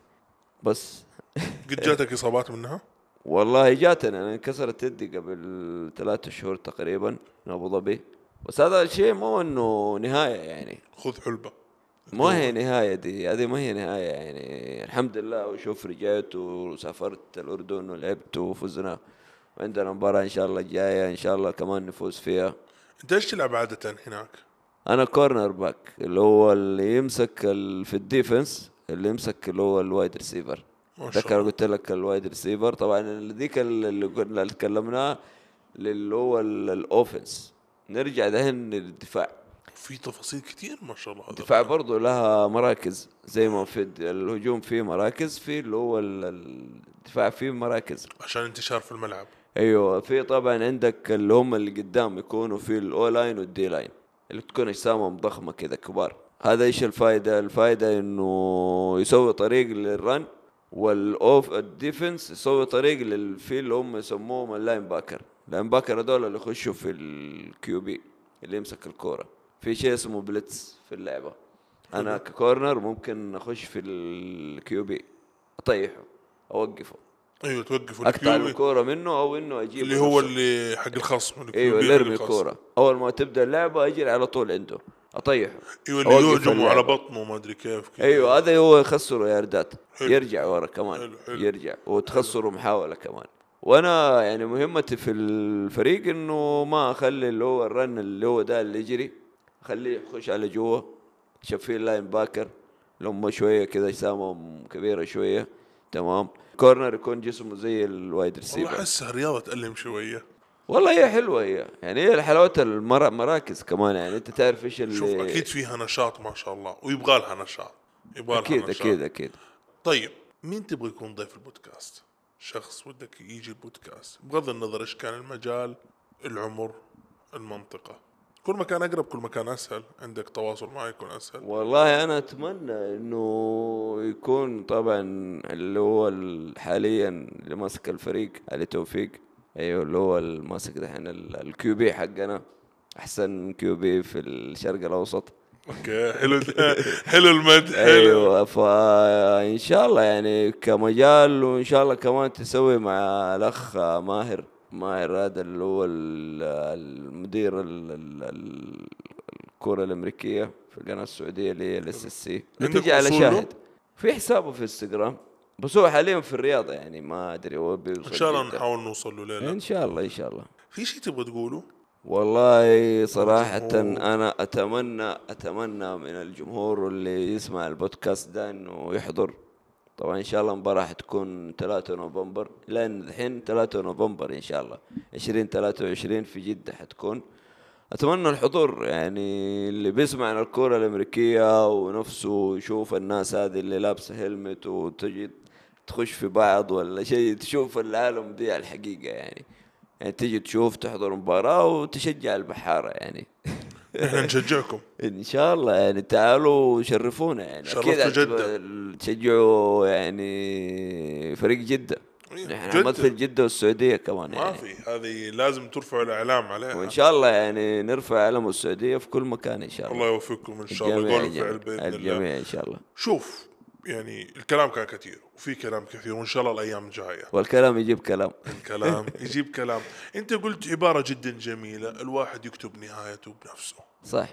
Speaker 3: بس إيه.
Speaker 1: قد جاتك اصابات منها؟
Speaker 3: والله جاتني انا انكسرت يدي قبل ثلاثة شهور تقريبا من ابو ظبي بس هذا الشيء مو انه نهايه يعني
Speaker 1: خذ حلبه
Speaker 3: ما هي نهايه دي هذه ما هي نهايه يعني الحمد لله وشوف رجعت وسافرت الاردن ولعبت وفزنا وعندنا مباراه ان شاء الله الجايه ان شاء الله كمان نفوز فيها
Speaker 1: انت ايش تلعب عاده هناك؟
Speaker 3: انا كورنر باك اللي هو اللي يمسك ال... في الديفنس اللي يمسك اللي هو الوايد ريسيفر
Speaker 1: ما شاء
Speaker 3: ذكر
Speaker 1: الله
Speaker 3: قلت لك الوايد ريسيفر طبعا ال- ذيك ال- اللي قلنا اللي تكلمناه اللي هو ال- الاوفنس نرجع دهن للدفاع
Speaker 1: في تفاصيل كثير ما شاء الله هذا
Speaker 3: الدفاع برضه لها مراكز زي ما في الد- الهجوم فيه مراكز في اللي هو ال- ال- الدفاع فيه مراكز
Speaker 1: عشان انتشار في الملعب
Speaker 3: ايوه في طبعا عندك اللي هم اللي قدام يكونوا في الاو لاين والدي لاين اللي تكون اجسامهم ضخمه كذا كبار هذا ايش الفائده الفائده انه يسوي طريق للرن والاوف الديفنس يسوي طريق للفي اللي هم يسموهم اللاين باكر اللاين باكر هذول اللي يخشوا في الكيو بي اللي يمسك الكوره في شيء اسمه بلitz في اللعبه انا ككورنر ممكن اخش في الكيو بي اطيحه اوقفه
Speaker 1: ايوه توقف
Speaker 3: اقطع
Speaker 1: الكيوي
Speaker 3: الكوره منه او انه اجيب
Speaker 1: اللي هو اللي حق الخصم اللي
Speaker 3: ايوه اللي
Speaker 1: بيبيع
Speaker 3: يرمي
Speaker 1: الخصم.
Speaker 3: الكوره اول ما تبدا اللعبه اجري على طول عنده اطيحه
Speaker 1: ايوه اللي
Speaker 3: أوقف
Speaker 1: يهجم على
Speaker 3: اللعبة.
Speaker 1: بطنه ما ادري كيف كذا.
Speaker 3: ايوه هذا هو يخسره ياردات
Speaker 1: حلو.
Speaker 3: يرجع ورا كمان
Speaker 1: حلو، حلو.
Speaker 3: يرجع وتخسره محاوله كمان وانا يعني مهمتي في الفريق انه ما اخلي اللي هو الرن اللي هو ده اللي يجري اخليه يخش على جوا شوف فيه اللاين باكر لما شويه كذا اجسامهم كبيره شويه تمام كورنر يكون جسمه زي الوايد
Speaker 1: والله
Speaker 3: ريسيفر
Speaker 1: احسها رياضه تألم شويه
Speaker 3: والله هي حلوه هي يعني هي حلاوه المراكز كمان يعني انت تعرف ايش اللي
Speaker 1: شوف اكيد فيها نشاط ما شاء الله ويبغى لها نشاط يبغى لها
Speaker 3: اكيد
Speaker 1: نشاط.
Speaker 3: اكيد اكيد
Speaker 1: طيب مين تبغى يكون ضيف البودكاست؟ شخص ودك يجي البودكاست بغض النظر ايش كان المجال العمر المنطقه كل ما كان اقرب كل ما كان اسهل عندك تواصل معه يكون اسهل
Speaker 3: والله انا اتمنى انه يكون طبعا اللي هو ال- حاليا اللي ماسك الفريق علي توفيق ايوه اللي هو الماسك دحين الكيو بي حقنا احسن كيو بي في الشرق الاوسط
Speaker 1: اوكي حلو حلو المدح حلو
Speaker 3: ايوه فان شاء الله يعني كمجال وان شاء الله كمان تسوي مع الاخ ماهر ماهر هذا اللي هو ال- المدير ال- ال- ال- الكره الامريكيه في القناه السعوديه اللي هي الاس اس سي
Speaker 1: عندك
Speaker 3: تجي على
Speaker 1: وصول له؟
Speaker 3: شاهد في حسابه في انستغرام بس هو حاليا في الرياضه يعني ما ادري هو
Speaker 1: ان شاء الله نحاول نوصل له ليلى
Speaker 3: ان شاء الله ان شاء الله
Speaker 1: في شيء تبغى تقوله؟
Speaker 3: والله صراحة
Speaker 1: الجمهور.
Speaker 3: أنا أتمنى أتمنى من الجمهور اللي يسمع البودكاست ده إنه يحضر طبعا إن شاء الله المباراة حتكون 3 نوفمبر لأن الحين 3 نوفمبر إن شاء الله 20 23 في جدة حتكون أتمنى الحضور يعني اللي بيسمع عن الكورة الأمريكية ونفسه يشوف الناس هذه اللي لابسة هيلمت وتجي تخش في بعض ولا شيء تشوف العالم دي على الحقيقة يعني يعني تيجي تشوف تحضر مباراة وتشجع البحارة يعني
Speaker 1: احنا نشجعكم
Speaker 3: ان شاء الله يعني تعالوا شرفونا يعني
Speaker 1: شرفتوا
Speaker 3: أكيد
Speaker 1: جدة.
Speaker 3: تب- تشجعوا يعني فريق جدة
Speaker 1: إيه،
Speaker 3: نحن
Speaker 1: جدة.
Speaker 3: نمثل جدة والسعودية كمان
Speaker 1: ما
Speaker 3: يعني
Speaker 1: في هذه لازم ترفعوا الاعلام عليها
Speaker 3: وان شاء الله يعني نرفع علم السعودية في كل مكان ان شاء الله
Speaker 1: الله يوفقكم ان شاء الله قولوا
Speaker 3: الجميع-
Speaker 1: فعل باذن الله
Speaker 3: الجميع ان شاء الله
Speaker 1: شوف يعني الكلام كان كثير وفي كلام كثير وان شاء الله الايام الجايه
Speaker 3: والكلام يجيب كلام
Speaker 1: الكلام يجيب كلام انت قلت عباره جدا جميله الواحد يكتب نهايته بنفسه
Speaker 3: صح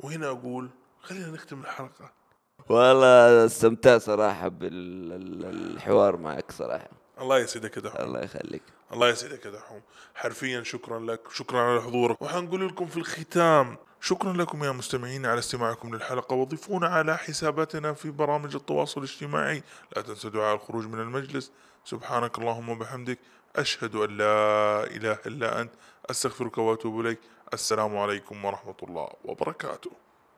Speaker 1: وهنا اقول خلينا نختم الحلقه
Speaker 3: والله استمتع صراحة بالحوار معك صراحة
Speaker 1: الله يسعدك يا دحوم
Speaker 3: الله يخليك
Speaker 1: الله يسعدك يا دحوم حرفيا شكرا لك شكرا على حضورك وحنقول لكم في الختام شكرا لكم يا مستمعين على استماعكم للحلقة وضيفونا على حساباتنا في برامج التواصل الاجتماعي لا تنسوا دعاء الخروج من المجلس سبحانك اللهم وبحمدك أشهد أن لا إله إلا أنت أستغفرك وأتوب إليك السلام عليكم ورحمة الله وبركاته